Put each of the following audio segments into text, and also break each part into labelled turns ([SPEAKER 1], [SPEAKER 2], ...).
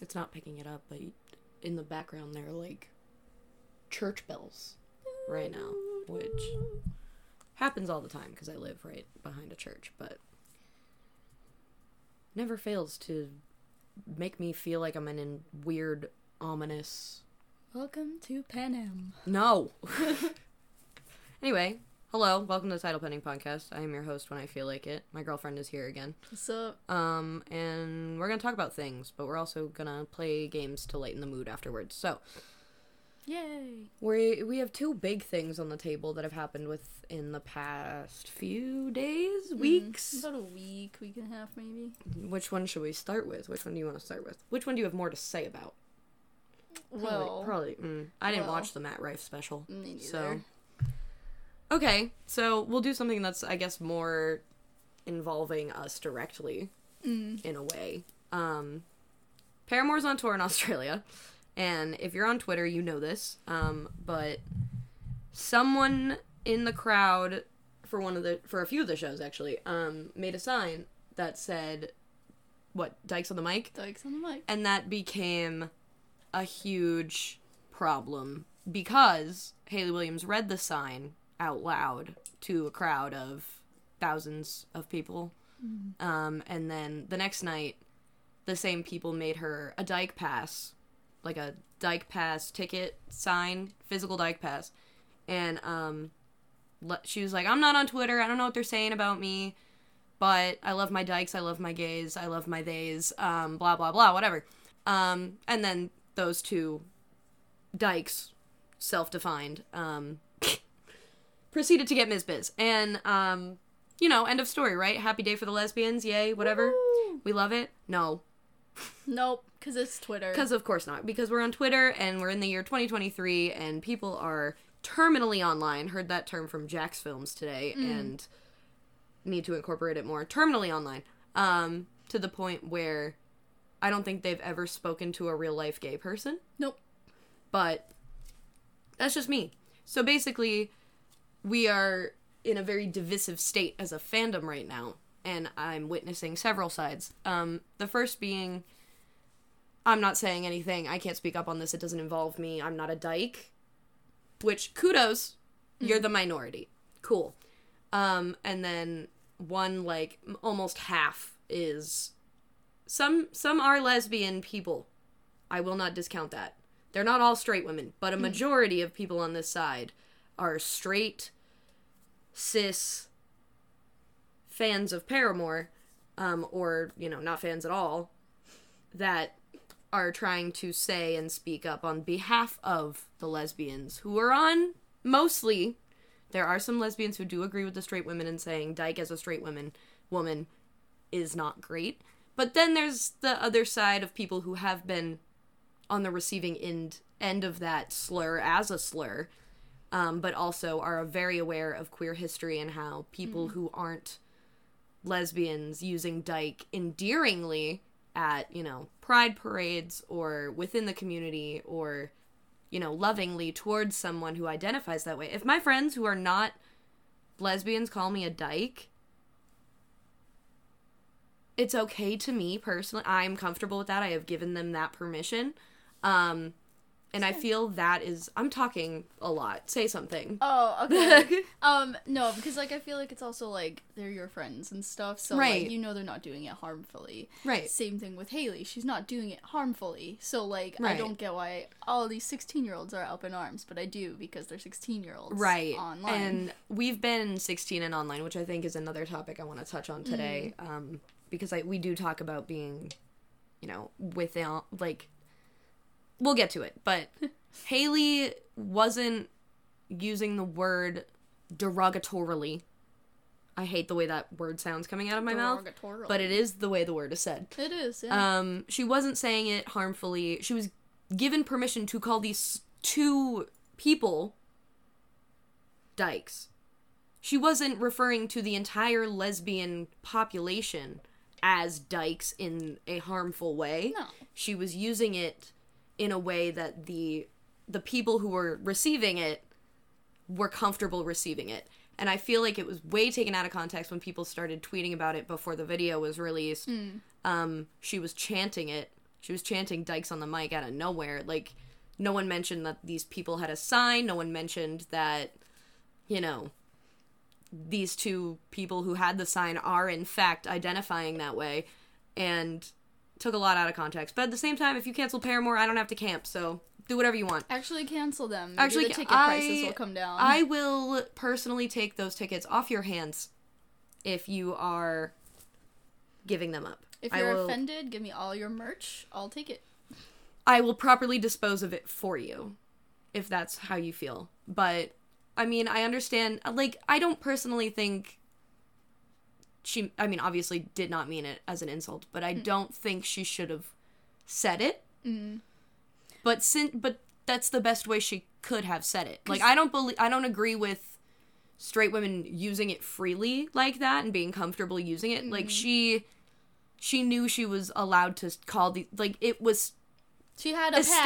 [SPEAKER 1] It's not picking it up, but you- in the background there are like church bells right now, which happens all the time because I live right behind a church, but never fails to make me feel like I'm in a weird, ominous.
[SPEAKER 2] Welcome to Pan Am.
[SPEAKER 1] No! anyway, hello, welcome to the Title Pending Podcast. I am your host when I feel like it. My girlfriend is here again.
[SPEAKER 2] So
[SPEAKER 1] Um, and we're gonna talk about things, but we're also gonna play games to lighten the mood afterwards. So
[SPEAKER 2] yay!
[SPEAKER 1] we we have two big things on the table that have happened within the past few days,
[SPEAKER 2] Mm-hmm.
[SPEAKER 1] weeks.
[SPEAKER 2] About a week, week and a half maybe.
[SPEAKER 1] Which one should we start with? Which one do you want to start with? Which one do you have more to say about? Probably-
[SPEAKER 2] Well,
[SPEAKER 1] probably. Mm, I didn't
[SPEAKER 2] well.
[SPEAKER 1] watch the Matt Rife special,
[SPEAKER 2] me neither.
[SPEAKER 1] so okay. So we'll do something that's I guess more involving us directly.
[SPEAKER 2] Mm.
[SPEAKER 1] in a way. Um, Paramore's on tour in Australia, and if you're on Twitter, you know this. Um, but someone in the crowd for one of the for a few of the shows actually um, made a sign that said, "What Dykes on the mic,"
[SPEAKER 2] Dykes on the mic.
[SPEAKER 1] and that became a huge problem because Haley Williams read the sign out loud to a crowd of thousands of people. Um, and then the next night, the same people made her a dyke pass, like a dyke pass ticket sign, physical dyke pass. And um, le- she was like, I'm not on Twitter. I don't know what they're saying about me, but I love my dykes. I love my gays. I love my theys. Um, blah, blah, blah, whatever. Um, and then those two dykes, self defined, um, proceeded to get Ms. Biz. And, um, you know, end of story, right? Happy day for the lesbians. Yay, whatever.
[SPEAKER 2] Woo!
[SPEAKER 1] We love it. No,
[SPEAKER 2] Nope, because it's Twitter.
[SPEAKER 1] because of course not. Because we're on Twitter and we're in the year 2023 and people are terminally online. Heard that term from Jack's Films today and need to incorporate it more. Terminally online. Um, to the point where I don't think they've ever spoken to a real life gay person
[SPEAKER 2] nope.
[SPEAKER 1] but that's just me. So basically, we are in a very divisive state as a fandom right now, and I'm witnessing several sides. Um, the first being, I'm not saying anything. I can't speak up on this. It doesn't involve me. I'm not a dyke. Which kudos, you're the minority. Cool. Um, and then one like m- almost half is some some are lesbian people. I will not discount that. They're not all straight women, but a majority of people on this side are straight, cis fans of Paramore, um, or, you know, not fans at all, that are trying to say and speak up on behalf of the lesbians who are on mostly. There are some lesbians who do agree with the straight women and saying Dyke as a straight woman woman is not great. But then there's the other side of people who have been on the receiving end end of that slur as a slur, um, but also are very aware of queer history and how people who aren't lesbians using dyke endearingly at you know pride parades or within the community or you know lovingly towards someone who identifies that way. If my friends who are not lesbians call me a dyke, it's okay to me personally. I'm comfortable with that. I have given them that permission. Um and I feel that is I'm talking a lot. Say something.
[SPEAKER 2] Oh, okay. um, no, because like I feel like it's also like they're your friends and stuff, so
[SPEAKER 1] Right.
[SPEAKER 2] like you know they're not doing it harmfully.
[SPEAKER 1] Right.
[SPEAKER 2] Same thing with Haley; she's not doing it harmfully. So like
[SPEAKER 1] Right.
[SPEAKER 2] I don't get why all these sixteen-year-olds are up in arms, but I do because they're sixteen-year-olds,
[SPEAKER 1] Right.
[SPEAKER 2] Online.
[SPEAKER 1] And we've been 16 and online, which I think is another topic I want to touch
[SPEAKER 2] Mm-hmm.
[SPEAKER 1] on today um because I we do talk about being you know within like we'll get to it, but Haley wasn't using the word derogatorily. I hate the way that word sounds coming out of my mouth.
[SPEAKER 2] Derogatorily.
[SPEAKER 1] but it is the way the word is said.
[SPEAKER 2] It is. Yeah.
[SPEAKER 1] Um, she wasn't saying it harmfully. She was given permission to call these two people dykes. She wasn't referring to the entire lesbian population as dykes in a harmful way.
[SPEAKER 2] No.
[SPEAKER 1] She was using it in a way that the the people who were receiving it were comfortable receiving it. And I feel like it was way taken out of context when people started tweeting about it before the video was released. Um, she was chanting it She was chanting dykes on the mic out of nowhere. Like, no one mentioned that these people had a sign. No one mentioned that, you know, these two people who had the sign are in fact identifying that way. And took a lot out of context. But at the same time, if you cancel Paramore, I don't have to camp. So do whatever you want.
[SPEAKER 2] Actually, cancel them. Maybe
[SPEAKER 1] Actually,
[SPEAKER 2] the ticket
[SPEAKER 1] I-
[SPEAKER 2] prices will come down.
[SPEAKER 1] I will personally take those tickets off your hands if you are giving them up.
[SPEAKER 2] if
[SPEAKER 1] I
[SPEAKER 2] you're
[SPEAKER 1] will,
[SPEAKER 2] offended, give me all your merch. I'll take it.
[SPEAKER 1] I will properly dispose of it for you if that's how you feel. But I mean, I understand like I don't personally think she I mean, obviously did not mean it as an insult, but I don't think she should have said it.
[SPEAKER 2] Mm.
[SPEAKER 1] But sin- but that's the best way she could have said it. Like I don't believe I don't agree with straight women using it freely like that and being comfortable using it. Like she she knew she was allowed to call the like it was
[SPEAKER 2] She had a
[SPEAKER 1] established.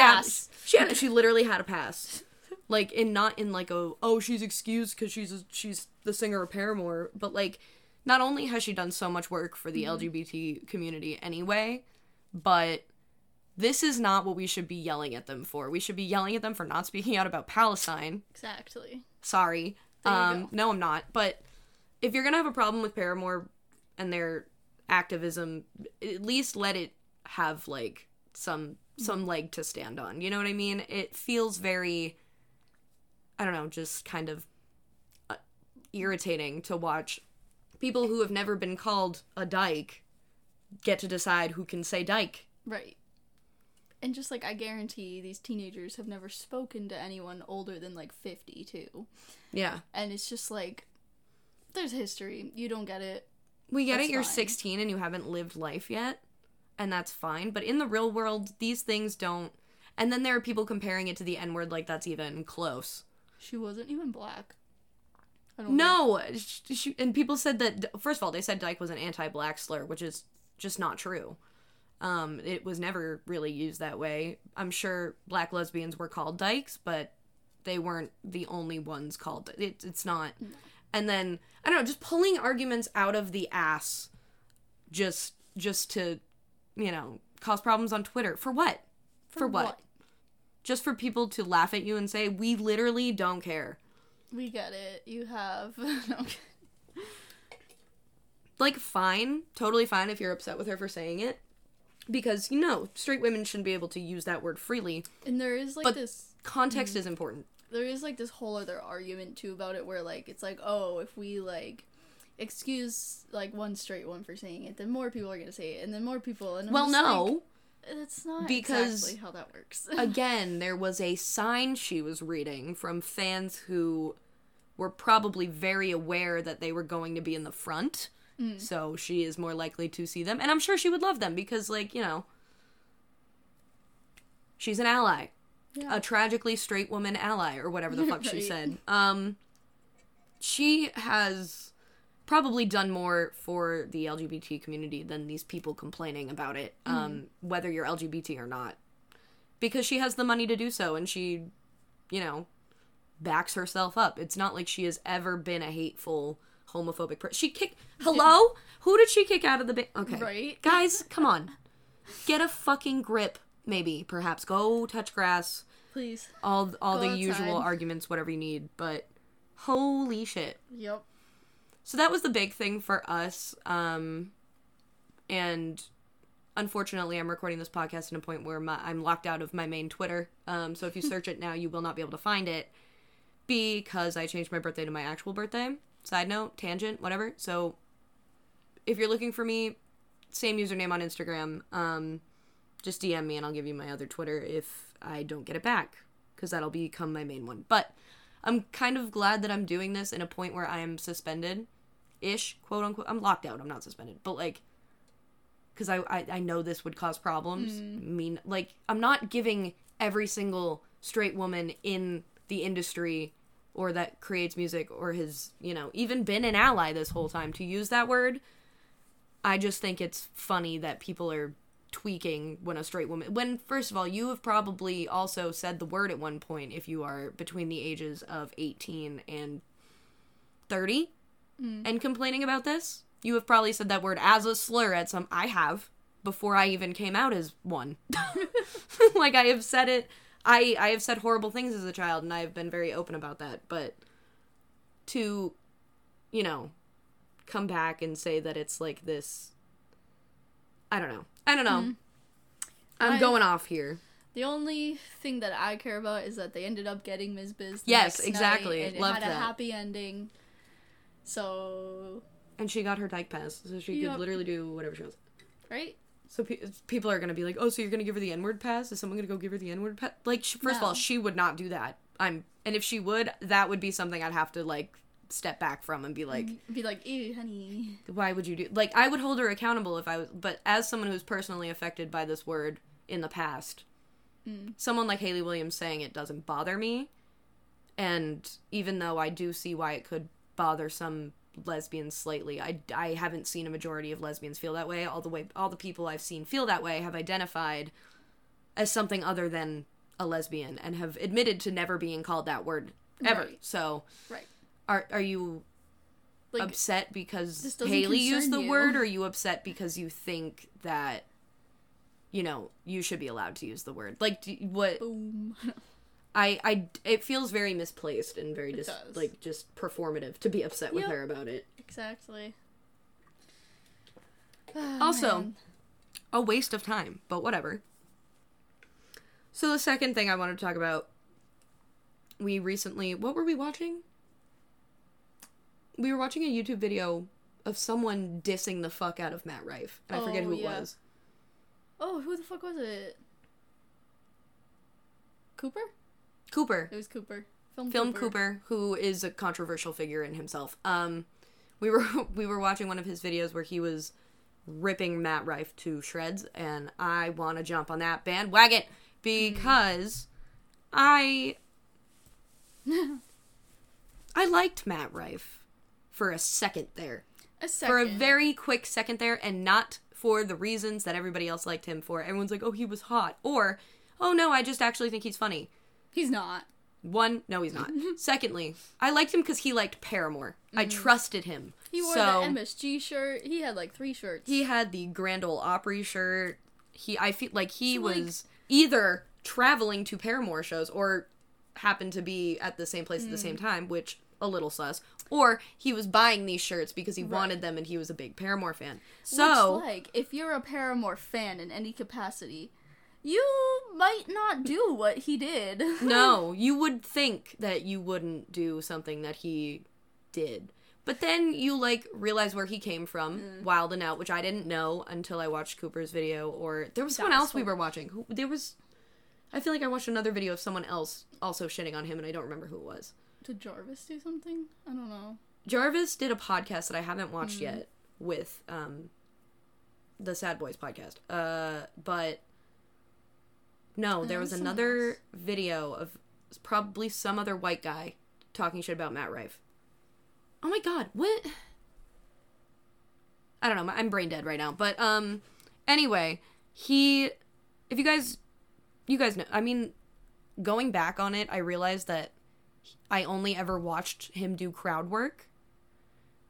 [SPEAKER 2] pass.
[SPEAKER 1] She had, she literally had a pass, like in not in like a oh she's excused because she's a, she's the singer of Paramore, but like not only has she done so much work for the LGBT community anyway, but this is not what we should be yelling at them for. We should be yelling at them for not speaking out about Palestine.
[SPEAKER 2] Exactly.
[SPEAKER 1] Sorry,
[SPEAKER 2] you
[SPEAKER 1] um,
[SPEAKER 2] go.
[SPEAKER 1] no, I'm not. But if you're gonna have a problem with Paramore and their activism, at least let it have like some some leg to stand on. You know what I mean? It feels very I don't know, just kind of uh, irritating to watch people who have never been called a dyke get to decide who can say dyke.
[SPEAKER 2] Right. And just like I guarantee these teenagers have never spoken to anyone older than like 52.
[SPEAKER 1] Yeah.
[SPEAKER 2] And it's just like there's history. You don't get it.
[SPEAKER 1] We get
[SPEAKER 2] That's
[SPEAKER 1] it, you're
[SPEAKER 2] fine.
[SPEAKER 1] 16 and you haven't lived life yet, and that's fine. But in the real world, these things don't. And then there are people comparing it to the N word like that's even close.
[SPEAKER 2] She wasn't even black. I don't think-
[SPEAKER 1] No! sh- sh- and people said that, first of all, they said dyke was an anti black slur, which is just not true. Um, it was never really used that way. I'm sure black lesbians were called dykes, but they weren't the only ones called. It, it's not. And then I don't know, just pulling arguments out of the ass, just just to, you know, cause problems on Twitter for what? For, what? Just for people to laugh at you and say we literally don't care.
[SPEAKER 2] We get it. You have no,
[SPEAKER 1] Like fine, totally fine if you're upset with her for saying it, because you know straight women shouldn't be able to use that word freely.
[SPEAKER 2] And there is like
[SPEAKER 1] But-
[SPEAKER 2] this
[SPEAKER 1] Context is important.
[SPEAKER 2] there is like this whole other argument too about it where like it's like, oh, if we like excuse like one straight one for saying it, then more people are gonna say it and then more people and I'm
[SPEAKER 1] Well,
[SPEAKER 2] just like,
[SPEAKER 1] no.
[SPEAKER 2] That's not
[SPEAKER 1] Because-
[SPEAKER 2] exactly how that works.
[SPEAKER 1] again, there was a sign she was reading from fans who were probably very aware that they were going to be in the front.
[SPEAKER 2] Mm.
[SPEAKER 1] So she is more likely to see them. And I'm sure she would love them because, like, you know, she's an ally.
[SPEAKER 2] Yeah.
[SPEAKER 1] A tragically straight woman ally, or whatever the fuck she
[SPEAKER 2] Right.
[SPEAKER 1] said. Um, she has probably done more for the LGBT community than these people complaining about it,
[SPEAKER 2] Mm.
[SPEAKER 1] um, whether you're LGBT or not because she has the money to do so and she you know backs herself up it's not like she has ever been a hateful homophobic person she kicked hello who did she kick out of the ba- okay
[SPEAKER 2] Right?
[SPEAKER 1] guys come on get a fucking grip maybe perhaps go touch grass
[SPEAKER 2] Please.
[SPEAKER 1] all all
[SPEAKER 2] Go
[SPEAKER 1] the
[SPEAKER 2] outside.
[SPEAKER 1] usual arguments whatever you need but holy shit
[SPEAKER 2] Yep.
[SPEAKER 1] so that was the big thing for us um and unfortunately i'm recording this podcast in a point where my, i'm locked out of my main twitter um so if you search it now you will not be able to find it because i changed my birthday to my actual birthday side note tangent whatever so if you're looking for me same username on instagram um just dm me and i'll give you my other twitter if i don't get it back because that'll become my main one but i'm kind of glad that i'm doing this in a point where i am suspended ish quote unquote i'm locked out i'm not suspended but like because I, I i know this would cause problems I mean like i'm not giving every single straight woman in the industry or that creates music or has you know even been an ally this whole time to use that word i just think it's funny that people are tweaking when a straight woman when first of all you have probably also said the word at one point if you are between the ages of 18 and 30 and complaining about this. You have probably said that word as a slur at some I have. before I even came out as one. like I have said it I I have said horrible things as a child and I have been very open about that, but to you know, come back and say that it's like this I don't know. I don't know. I'm
[SPEAKER 2] I-
[SPEAKER 1] going off here.
[SPEAKER 2] The only thing that I care about is that they ended up getting Ms. Biz. the
[SPEAKER 1] Yes,
[SPEAKER 2] next night,
[SPEAKER 1] exactly.
[SPEAKER 2] and it
[SPEAKER 1] Loved
[SPEAKER 2] had a
[SPEAKER 1] that.
[SPEAKER 2] happy ending. So
[SPEAKER 1] And she got her dyke pass, so she
[SPEAKER 2] Yep.
[SPEAKER 1] could literally do whatever she wants.
[SPEAKER 2] right,
[SPEAKER 1] So pe- people are gonna be like, "Oh, so you're gonna give her the N-word pass? Is someone gonna go give her the N-word pass?" Like, she, first of all,
[SPEAKER 2] No.
[SPEAKER 1] she would not do that. I'm, and if she would, that would be something I'd have to like step back from and be like,
[SPEAKER 2] be like, ew, honey.
[SPEAKER 1] "Why would you do?" Like, I would hold her accountable if I was, but as someone who's personally affected by this word in the past, someone like Haley Williams saying it doesn't bother me, and even though I do see why it could bother some lesbians slightly, I, I haven't seen a majority of lesbians feel that way. All the way, all the people I've seen feel that way have identified as something other than a lesbian and have admitted to never being called that word ever.
[SPEAKER 2] Right.
[SPEAKER 1] So,
[SPEAKER 2] Right.
[SPEAKER 1] are are you
[SPEAKER 2] Like
[SPEAKER 1] upset because
[SPEAKER 2] this doesn't
[SPEAKER 1] Haley
[SPEAKER 2] concern
[SPEAKER 1] used the
[SPEAKER 2] you.
[SPEAKER 1] word, or are you upset because you think that? You know, you should be allowed to use the word. Like, do, what?
[SPEAKER 2] boom.
[SPEAKER 1] I, I, it feels very misplaced and very just
[SPEAKER 2] does.
[SPEAKER 1] like just performative to be upset with
[SPEAKER 2] Yep.
[SPEAKER 1] her about it.
[SPEAKER 2] exactly.
[SPEAKER 1] Also,
[SPEAKER 2] man.
[SPEAKER 1] a waste of time, but whatever. So the second thing I wanted to talk about, we recently, what were we watching? We were watching a YouTube video of someone dissing the fuck out of Matt Rife, and I forget
[SPEAKER 2] Oh,
[SPEAKER 1] who it
[SPEAKER 2] yeah.
[SPEAKER 1] was.
[SPEAKER 2] Oh, who the fuck was it? Cooper?
[SPEAKER 1] Cooper,
[SPEAKER 2] It was Cooper. Film,
[SPEAKER 1] film Cooper, who is a controversial figure in himself. Um, we were we were watching one of his videos where he was ripping Matt Rife to shreds, and I want to jump on that bandwagon because I I liked Matt Rife for a second there,
[SPEAKER 2] A second.
[SPEAKER 1] for a very quick second there, and not for the reasons that everybody else liked him for. Everyone's like, "Oh, he was hot," or "Oh no, I just actually think he's funny."
[SPEAKER 2] He's not.
[SPEAKER 1] One, no, he's not. Secondly, I liked him because he liked Paramore. I trusted him.
[SPEAKER 2] Mm-hmm. He wore
[SPEAKER 1] so
[SPEAKER 2] the MSG shirt. He had like three shirts.
[SPEAKER 1] he had the Grand Ole Opry shirt. He, I feel like he
[SPEAKER 2] So, like-
[SPEAKER 1] was either traveling to Paramore shows or happened to be at the same place at the same
[SPEAKER 2] Mm.
[SPEAKER 1] time, which a little sus. Or he was buying these shirts because he wanted them and he was a big Paramore fan. So
[SPEAKER 2] Which, like, if you're a Paramore fan in any capacity, you might not do what he did.
[SPEAKER 1] no, you would think that you wouldn't do something that he did. But then you like realize where he came from, Wild and Out, which I didn't know until I watched Cooper's video or there was someone
[SPEAKER 2] was
[SPEAKER 1] else we were watching. Who there was I feel like I watched another video of someone else also shitting on him and I don't remember who it was.
[SPEAKER 2] Did Jarvis do something? I don't know.
[SPEAKER 1] Jarvis did a podcast that I haven't watched yet with um the Sad Boys podcast. Uh but no, there
[SPEAKER 2] it
[SPEAKER 1] was,
[SPEAKER 2] was someone
[SPEAKER 1] another
[SPEAKER 2] else.
[SPEAKER 1] video of probably some other white guy talking shit about Matt Rife. Oh my god, what? I don't know, I'm brain dead right now. But um anyway, he if you guys you guys know, I mean going back on it, I realized that I only ever watched him do crowd work,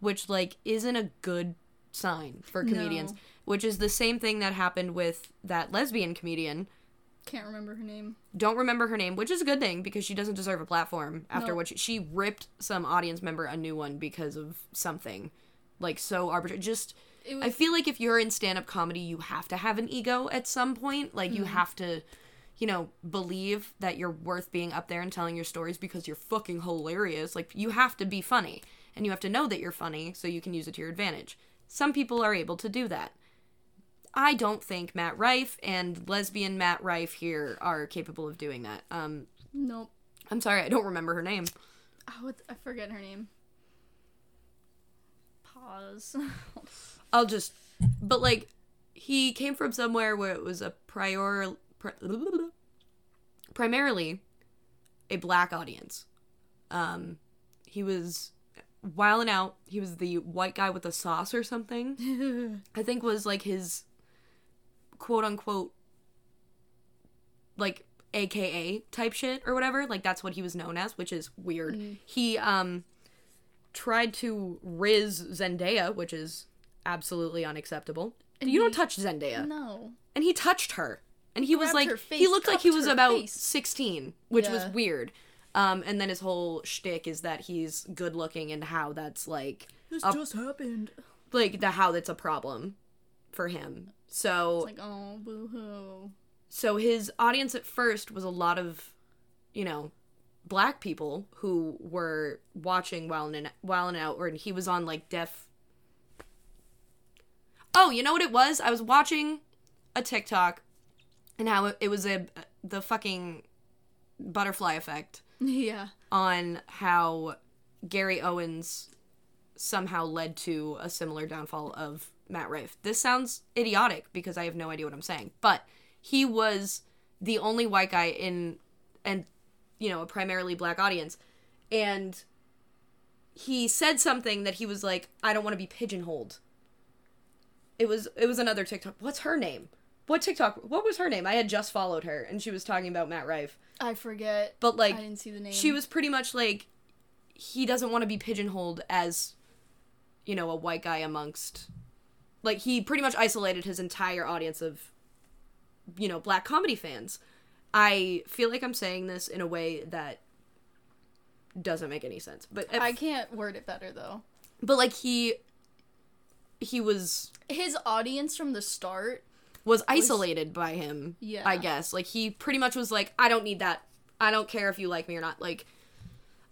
[SPEAKER 1] which like isn't a good sign for comedians.
[SPEAKER 2] No.
[SPEAKER 1] Which is the same thing that happened with that lesbian comedian.
[SPEAKER 2] Can't remember her name.
[SPEAKER 1] Don't remember her name, which is a good thing because she doesn't deserve a platform after
[SPEAKER 2] No.
[SPEAKER 1] what she, she ripped some audience member a new one because of something like so arbitrary. Just
[SPEAKER 2] It was
[SPEAKER 1] I feel like if you're in stand up comedy, you have to have an ego at some point. Like, you have to, you know, believe that you're worth being up there and telling your stories because you're fucking hilarious. Like, you have to be funny and you have to know that you're funny so you can use it to your advantage. Some people are able to do that. I don't think Matt Rife and lesbian Matt Rife here are capable of doing that. Um,
[SPEAKER 2] nope.
[SPEAKER 1] I'm sorry, I don't remember her name.
[SPEAKER 2] Oh, what I forget her name. Pause.
[SPEAKER 1] I'll just, but like, he came from somewhere where it was a prior, pri- primarily a black audience. Um, he was wilding out. He was the white guy with the sauce or something. I think was like his quote unquote like AKA type shit or whatever. Like that's what he was known as, which is weird.
[SPEAKER 2] Mm.
[SPEAKER 1] He um tried to riz Zendaya, which is absolutely unacceptable.
[SPEAKER 2] And
[SPEAKER 1] you don't
[SPEAKER 2] he-
[SPEAKER 1] touch Zendaya.
[SPEAKER 2] No.
[SPEAKER 1] And he touched her. And he was
[SPEAKER 2] Grabbed
[SPEAKER 1] like,
[SPEAKER 2] her face,
[SPEAKER 1] he looked like he
[SPEAKER 2] cupped
[SPEAKER 1] was
[SPEAKER 2] her
[SPEAKER 1] about
[SPEAKER 2] face.
[SPEAKER 1] 16, which was
[SPEAKER 2] Yeah.
[SPEAKER 1] weird. Um, and then his whole shtick is that he's good looking and how that's like,
[SPEAKER 2] This just happened.
[SPEAKER 1] like the how that's a problem for him. So,
[SPEAKER 2] Like, oh, boo hoo.
[SPEAKER 1] so his audience at first was a lot of, you know, black people who were watching while and while and out, or he was on like deaf. Oh, you know what it was? I was watching a TikTok, and how it, it was a the fucking butterfly effect
[SPEAKER 2] Yeah.
[SPEAKER 1] on how Gary Owens somehow led to a similar downfall of Matt Rife. This sounds idiotic because I have no idea what I'm saying, but he was the only white guy in and you know, a primarily black audience and he said something that he was like I don't want to be pigeonholed. It was it was another TikTok. What's her name? What TikTok? What was her name? I had just followed her and she was talking about Matt Rife.
[SPEAKER 2] I forget.
[SPEAKER 1] But
[SPEAKER 2] I
[SPEAKER 1] like
[SPEAKER 2] didn't see the name.
[SPEAKER 1] she was pretty much like he doesn't want to be pigeonholed as you know a white guy amongst like he pretty much isolated his entire audience of you know black comedy fans i feel like i'm saying this in a way that doesn't make any sense but if-
[SPEAKER 2] I can't word it better though.
[SPEAKER 1] but like he he was
[SPEAKER 2] His audience from the start.
[SPEAKER 1] was isolated by him
[SPEAKER 2] Yeah.
[SPEAKER 1] i guess like he pretty much was like i don't need that i don't care if you like me or not like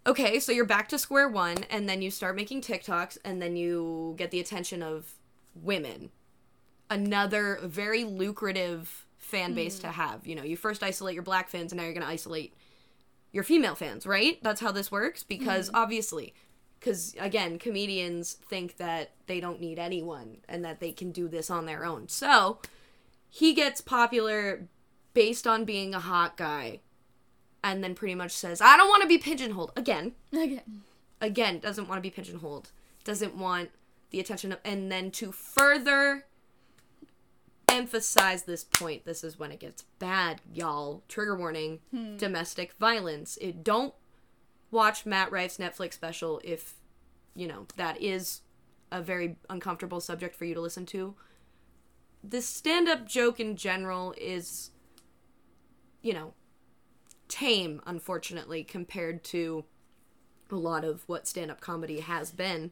[SPEAKER 1] okay so you're back to square one and then you start making tiktoks and then you get the attention of women another very lucrative fan base to have you know you first isolate your black fans and now you're going to isolate your female fans right that's how this works because obviously because again comedians think that they don't need anyone and that they can do this on their own so he gets popular based on being a hot guy and then pretty much says i don't want to be pigeonholed again
[SPEAKER 2] Okay.
[SPEAKER 1] again doesn't want to be pigeonholed doesn't want the attention of, and then to further emphasize this point this is when it gets bad y'all trigger warning domestic violence it don't watch matt rife's netflix special if you know that is a very uncomfortable subject for you to listen to this stand-up joke in general is you know tame unfortunately compared to a lot of what stand up comedy has been.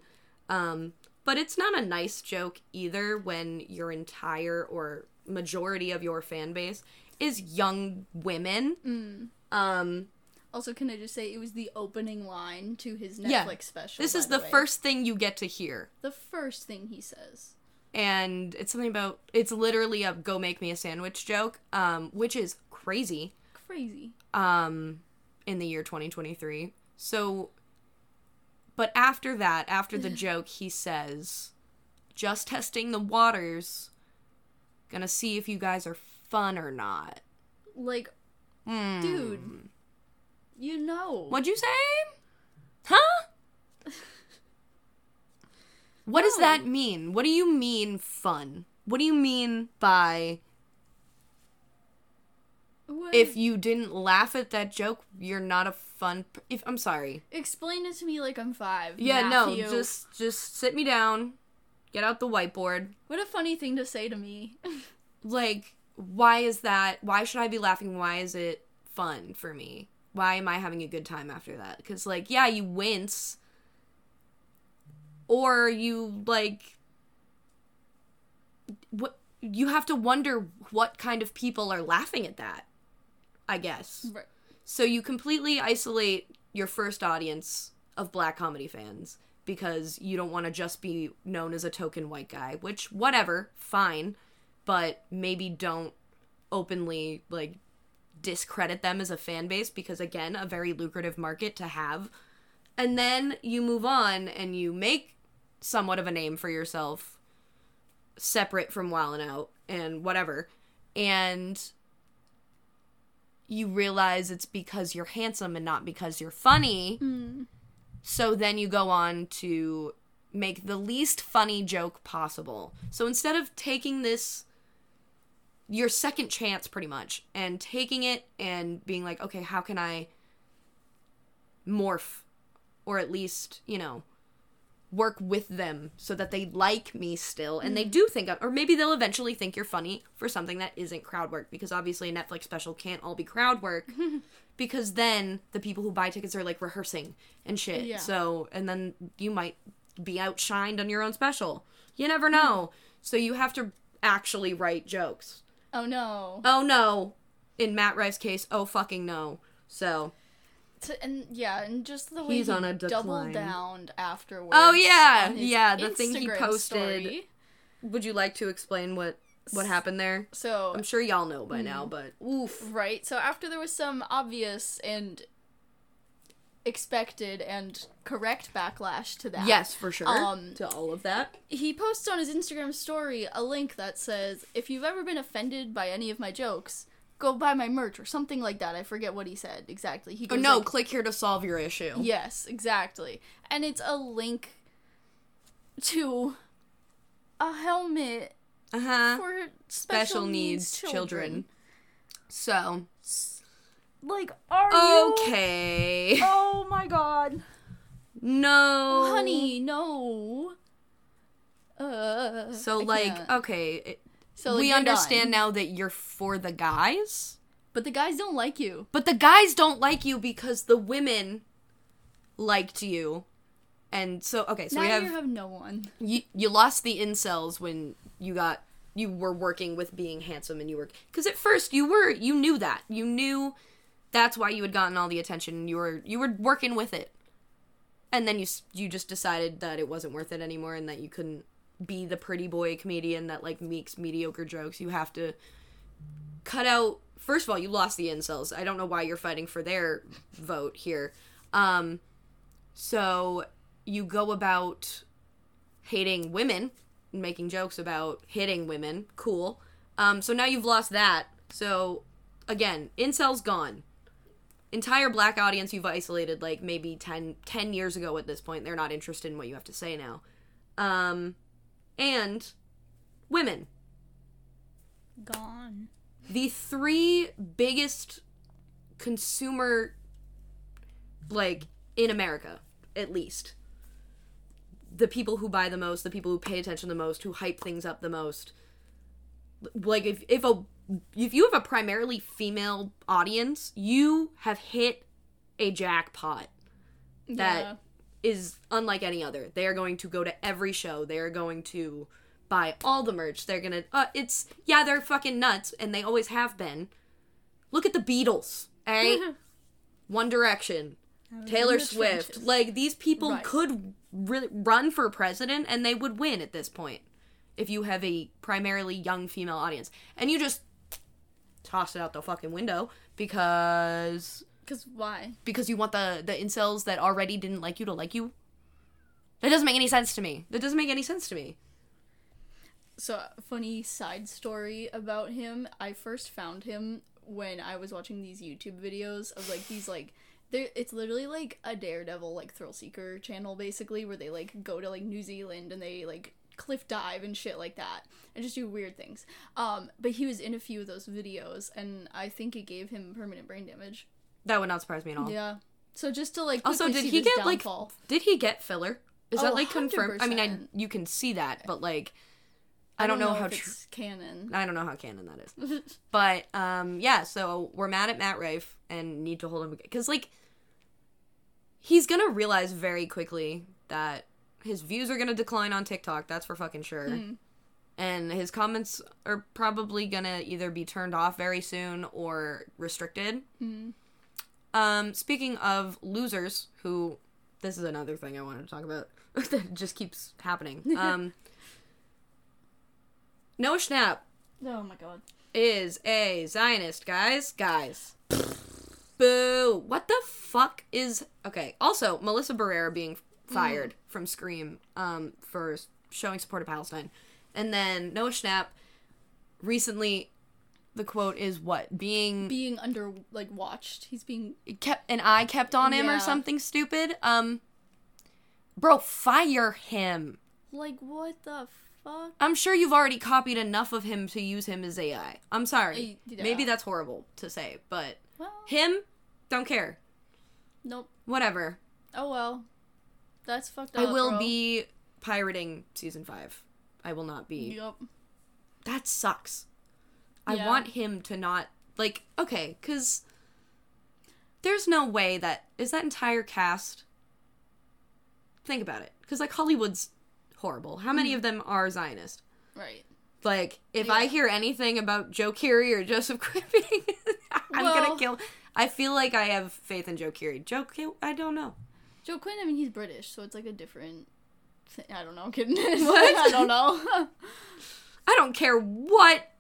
[SPEAKER 1] Um, but it's not a nice joke either when your entire or majority of your fan base is young women.
[SPEAKER 2] Mm,
[SPEAKER 1] Um,
[SPEAKER 2] Also, can I just say it was the opening line to his Netflix
[SPEAKER 1] Yeah.
[SPEAKER 2] special?
[SPEAKER 1] this
[SPEAKER 2] by
[SPEAKER 1] is the
[SPEAKER 2] way.
[SPEAKER 1] first thing you get to hear.
[SPEAKER 2] The first thing he says.
[SPEAKER 1] And it's something about it's literally a go make me a sandwich joke, um, which is crazy.
[SPEAKER 2] Crazy.
[SPEAKER 1] um, in the year 2023. So, but after that, after the joke, he says, just testing the waters, gonna see if you guys are fun or not.
[SPEAKER 2] Like,
[SPEAKER 1] Hmm.
[SPEAKER 2] dude, you know.
[SPEAKER 1] What'd you say? Huh? What does
[SPEAKER 2] No.
[SPEAKER 1] that mean? What do you mean fun? What do you mean by
[SPEAKER 2] What-
[SPEAKER 1] if you didn't laugh at that joke, you're not a fun p- if I'm sorry.
[SPEAKER 2] explain it to me like I'm five.
[SPEAKER 1] Yeah,
[SPEAKER 2] Matthew.
[SPEAKER 1] no, just just sit me down, get out the whiteboard.
[SPEAKER 2] what a funny thing to say to me.
[SPEAKER 1] Like, why is that? Why should I be laughing? Why is it fun for me? Why am I having a good time after that? Because like, yeah, you wince, or you like, what you have to wonder what kind of people are laughing at that. I guess.
[SPEAKER 2] right.
[SPEAKER 1] So you completely isolate your first audience of black comedy fans because you don't want to just be known as a token white guy, which whatever, fine, but maybe don't openly like discredit them as a fan base because again, a very lucrative market to have. And then you move on and you make somewhat of a name for yourself separate from Wild and Out and whatever. And you realize it's because you're handsome and not because you're funny. So then you go on to make the least funny joke possible. So instead of taking this your second chance pretty much and taking it and being like, "Okay, how can I morph or at least, you know, work with them so that they like me still and they do think I'm, or maybe they'll eventually think you're funny for something that isn't crowd work because obviously a Netflix special can't all be crowd work because then the people who buy tickets are like rehearsing and shit.
[SPEAKER 2] Yeah.
[SPEAKER 1] So and then you might be outshined on your own special. You never know. So you have to actually write jokes.
[SPEAKER 2] Oh no.
[SPEAKER 1] Oh no. In Matt Rife's case, oh fucking no. So
[SPEAKER 2] To- and yeah, and just the way
[SPEAKER 1] He's
[SPEAKER 2] he
[SPEAKER 1] on a decline.
[SPEAKER 2] doubled down afterwards.
[SPEAKER 1] Oh, yeah.
[SPEAKER 2] on his
[SPEAKER 1] Yeah, the thing he
[SPEAKER 2] Instagram
[SPEAKER 1] posted.
[SPEAKER 2] story.
[SPEAKER 1] would you like to explain what what happened there?
[SPEAKER 2] So
[SPEAKER 1] I'm sure y'all know by now,
[SPEAKER 2] Mm-hmm.
[SPEAKER 1] but oof.
[SPEAKER 2] Right. So after there was some obvious and expected and correct backlash to that.
[SPEAKER 1] Yes, for sure.
[SPEAKER 2] Um,
[SPEAKER 1] to all of that.
[SPEAKER 2] He posts on his Instagram story a link that says, "If you've ever been offended by any of my jokes, go buy my merch or something like that." I forget what he said exactly. He
[SPEAKER 1] Oh
[SPEAKER 2] goes
[SPEAKER 1] no,
[SPEAKER 2] like,
[SPEAKER 1] click here to solve your issue.
[SPEAKER 2] Yes, exactly. And it's a link to a helmet
[SPEAKER 1] Uh-huh.
[SPEAKER 2] for special,
[SPEAKER 1] Special needs children. So,
[SPEAKER 2] Like, are you
[SPEAKER 1] okay.
[SPEAKER 2] Oh my god.
[SPEAKER 1] No.
[SPEAKER 2] Honey, no. Uh,
[SPEAKER 1] So
[SPEAKER 2] I
[SPEAKER 1] like,
[SPEAKER 2] can't.
[SPEAKER 1] okay, it,
[SPEAKER 2] so like,
[SPEAKER 1] we
[SPEAKER 2] you're
[SPEAKER 1] understand
[SPEAKER 2] done.
[SPEAKER 1] now that you're for the guys,
[SPEAKER 2] but the guys don't like you.
[SPEAKER 1] but the guys don't like you because the women liked you. And so okay, so
[SPEAKER 2] now
[SPEAKER 1] we have,
[SPEAKER 2] you have no one.
[SPEAKER 1] you, you lost the incels when you got you were working with being handsome and you were cuz at first you were you knew that. You knew that's why you had gotten all the attention. and You were you were working with it. And then you s- you just decided that it wasn't worth it anymore and that you couldn't be the pretty boy comedian that like makes mediocre jokes. You have to cut out first of all, you lost the incels. I don't know why you're fighting for their vote here. Um so you go about hating women and making jokes about hitting women. Cool. Um, so now you've lost that. So again, incels gone. Entire black audience you've isolated like maybe 10, 10 years ago at this point. They're not interested in what you have to say now. Um, and women.
[SPEAKER 2] Gone.
[SPEAKER 1] The three biggest consumer, like, in America, at least. the people who buy the most, the people who pay attention the most, who hype things up the most. Like if if a if you have a primarily female audience, you have hit a jackpot
[SPEAKER 2] Yeah.
[SPEAKER 1] that is unlike any other. They are going to go to every show. They are going to buy all the merch. They're gonna. Uh, it's yeah, they're fucking nuts, and they always have been. Look at the Beatles, alright? One Direction, Taylor
[SPEAKER 2] in the
[SPEAKER 1] Swift.
[SPEAKER 2] trenches.
[SPEAKER 1] Like these people
[SPEAKER 2] Right.
[SPEAKER 1] could re- run for president and they would win at this point if you have a primarily young female audience. And you just toss it out the fucking window because
[SPEAKER 2] Because why?
[SPEAKER 1] because you want the the incels that already didn't like you to like you. That doesn't make any sense to me. That doesn't make any sense to me.
[SPEAKER 2] So, a funny side story about him. I first found him when I was watching these YouTube videos of like these like they're it's literally like a daredevil like thrill seeker channel basically where they like go to like New Zealand and they like cliff dive and shit like that and just do weird things. Um but he was in a few of those videos and I think it gave him permanent brain damage.
[SPEAKER 1] That would not surprise me at all.
[SPEAKER 2] Yeah. So just to like
[SPEAKER 1] Oh. also,
[SPEAKER 2] quickly
[SPEAKER 1] did
[SPEAKER 2] see
[SPEAKER 1] he
[SPEAKER 2] this
[SPEAKER 1] get like
[SPEAKER 2] downfall.
[SPEAKER 1] did he get filler? Is that
[SPEAKER 2] Oh,
[SPEAKER 1] like confirmed? I mean, I
[SPEAKER 2] 100%.
[SPEAKER 1] you can see that, but like I don't, know, how
[SPEAKER 2] if
[SPEAKER 1] true
[SPEAKER 2] it's canon.
[SPEAKER 1] I don't know how canon that is. But um, yeah, so we're mad at Matt Rife and need to hold him because like he's gonna realize very quickly that his views are gonna decline on TikTok. That's for fucking sure. And his comments are probably gonna either be turned off very soon or restricted. Um, speaking of losers, who this is another thing I wanted to talk about that just keeps happening. Um, Noah Schnapp
[SPEAKER 2] Oh my god.
[SPEAKER 1] is a Zionist, guys. Guys. Boo. What the fuck is. Okay. Also, Melissa Barrera being fired from Scream um, for s- showing support to Palestine. And then Noah Schnapp recently, the quote is what? Being.
[SPEAKER 2] Being under like watched. He's being
[SPEAKER 1] kept An eye kept on him
[SPEAKER 2] Yeah.
[SPEAKER 1] or something stupid. Um, Bro, fire him.
[SPEAKER 2] Like what the fuck?
[SPEAKER 1] I'm sure you've already copied enough of him to use him as AI. I'm sorry.
[SPEAKER 2] I- yeah.
[SPEAKER 1] Maybe that's horrible to say, but
[SPEAKER 2] Well,
[SPEAKER 1] him, don't care.
[SPEAKER 2] nope.
[SPEAKER 1] Whatever.
[SPEAKER 2] Oh well. That's fucked
[SPEAKER 1] I
[SPEAKER 2] up.
[SPEAKER 1] will
[SPEAKER 2] bro.
[SPEAKER 1] be pirating season five. I will not be.
[SPEAKER 2] Yup.
[SPEAKER 1] That sucks. I
[SPEAKER 2] Yeah.
[SPEAKER 1] want him to not like okay, cause there's no way that is that entire cast. Think about it, cause like Hollywood's horrible. How many of them are Zionist?
[SPEAKER 2] Right.
[SPEAKER 1] Like, if I
[SPEAKER 2] Mm-hmm. Yeah.
[SPEAKER 1] hear anything about Joe Keery or Joseph Quipping, I'm
[SPEAKER 2] Well-
[SPEAKER 1] gonna kill. I feel like I have faith in Joe Keery. Joe, Ke- I don't know.
[SPEAKER 2] Joe Quinn, I mean, he's British, so it's like a different. Thing. I don't know. I'm kidding. What? I don't know.
[SPEAKER 1] I don't care what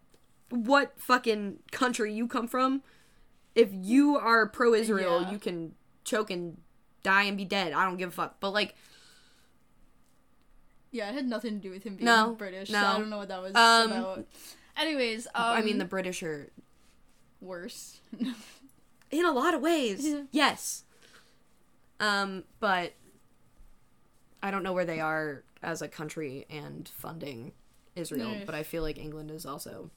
[SPEAKER 1] what fucking country you come from. If you are pro Israel,
[SPEAKER 2] Yeah.
[SPEAKER 1] you can choke and die and be dead. I don't give a fuck. But like,
[SPEAKER 2] yeah, it had nothing to do with him being
[SPEAKER 1] No,
[SPEAKER 2] British.
[SPEAKER 1] no.
[SPEAKER 2] So I don't know what that was
[SPEAKER 1] Um,
[SPEAKER 2] about. Anyways, um,
[SPEAKER 1] I mean, the British are
[SPEAKER 2] worse.
[SPEAKER 1] in a lot of ways.
[SPEAKER 2] Yeah.
[SPEAKER 1] Yes. Um, but I don't know where they are as a country and funding Israel,
[SPEAKER 2] Yeah.
[SPEAKER 1] but I feel like England is also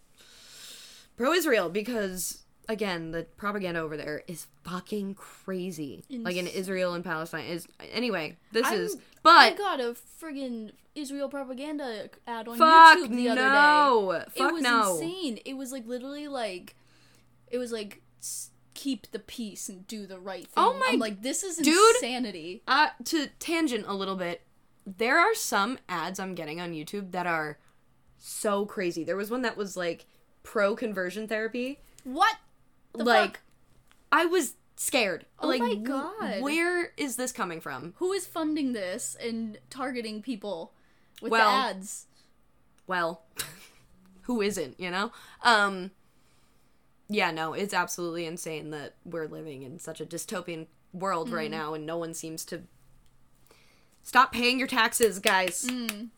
[SPEAKER 1] pro Israel because again, the propaganda over there is fucking crazy. Like in
[SPEAKER 2] Insane.
[SPEAKER 1] Israel and Palestine is anyway, this
[SPEAKER 2] I'm-
[SPEAKER 1] is
[SPEAKER 2] I
[SPEAKER 1] but
[SPEAKER 2] got a friggin' Israel propaganda ad on
[SPEAKER 1] fuck
[SPEAKER 2] YouTube the other day.
[SPEAKER 1] no. Fuck
[SPEAKER 2] it was
[SPEAKER 1] no.
[SPEAKER 2] insane. It was like literally like, it was like s- keep the peace and do the right thing.
[SPEAKER 1] Oh my-
[SPEAKER 2] I'm like this is
[SPEAKER 1] Dude.
[SPEAKER 2] insanity.
[SPEAKER 1] uh, to tangent a little bit, there are some ads I'm getting on YouTube that are so crazy. There was one that was like pro conversion therapy.
[SPEAKER 2] What? The
[SPEAKER 1] like,
[SPEAKER 2] fuck?
[SPEAKER 1] I was scared.
[SPEAKER 2] Oh
[SPEAKER 1] like,
[SPEAKER 2] my
[SPEAKER 1] wh-
[SPEAKER 2] God.
[SPEAKER 1] where is this coming from?
[SPEAKER 2] Who is funding this and targeting people with
[SPEAKER 1] Well-
[SPEAKER 2] the ads?
[SPEAKER 1] Well, who isn't, you know? Um, yeah, no, it's absolutely insane that we're living in such a dystopian world right
[SPEAKER 2] Mm.
[SPEAKER 1] now and no one seems to. Stop paying your taxes, guys.
[SPEAKER 2] Mm,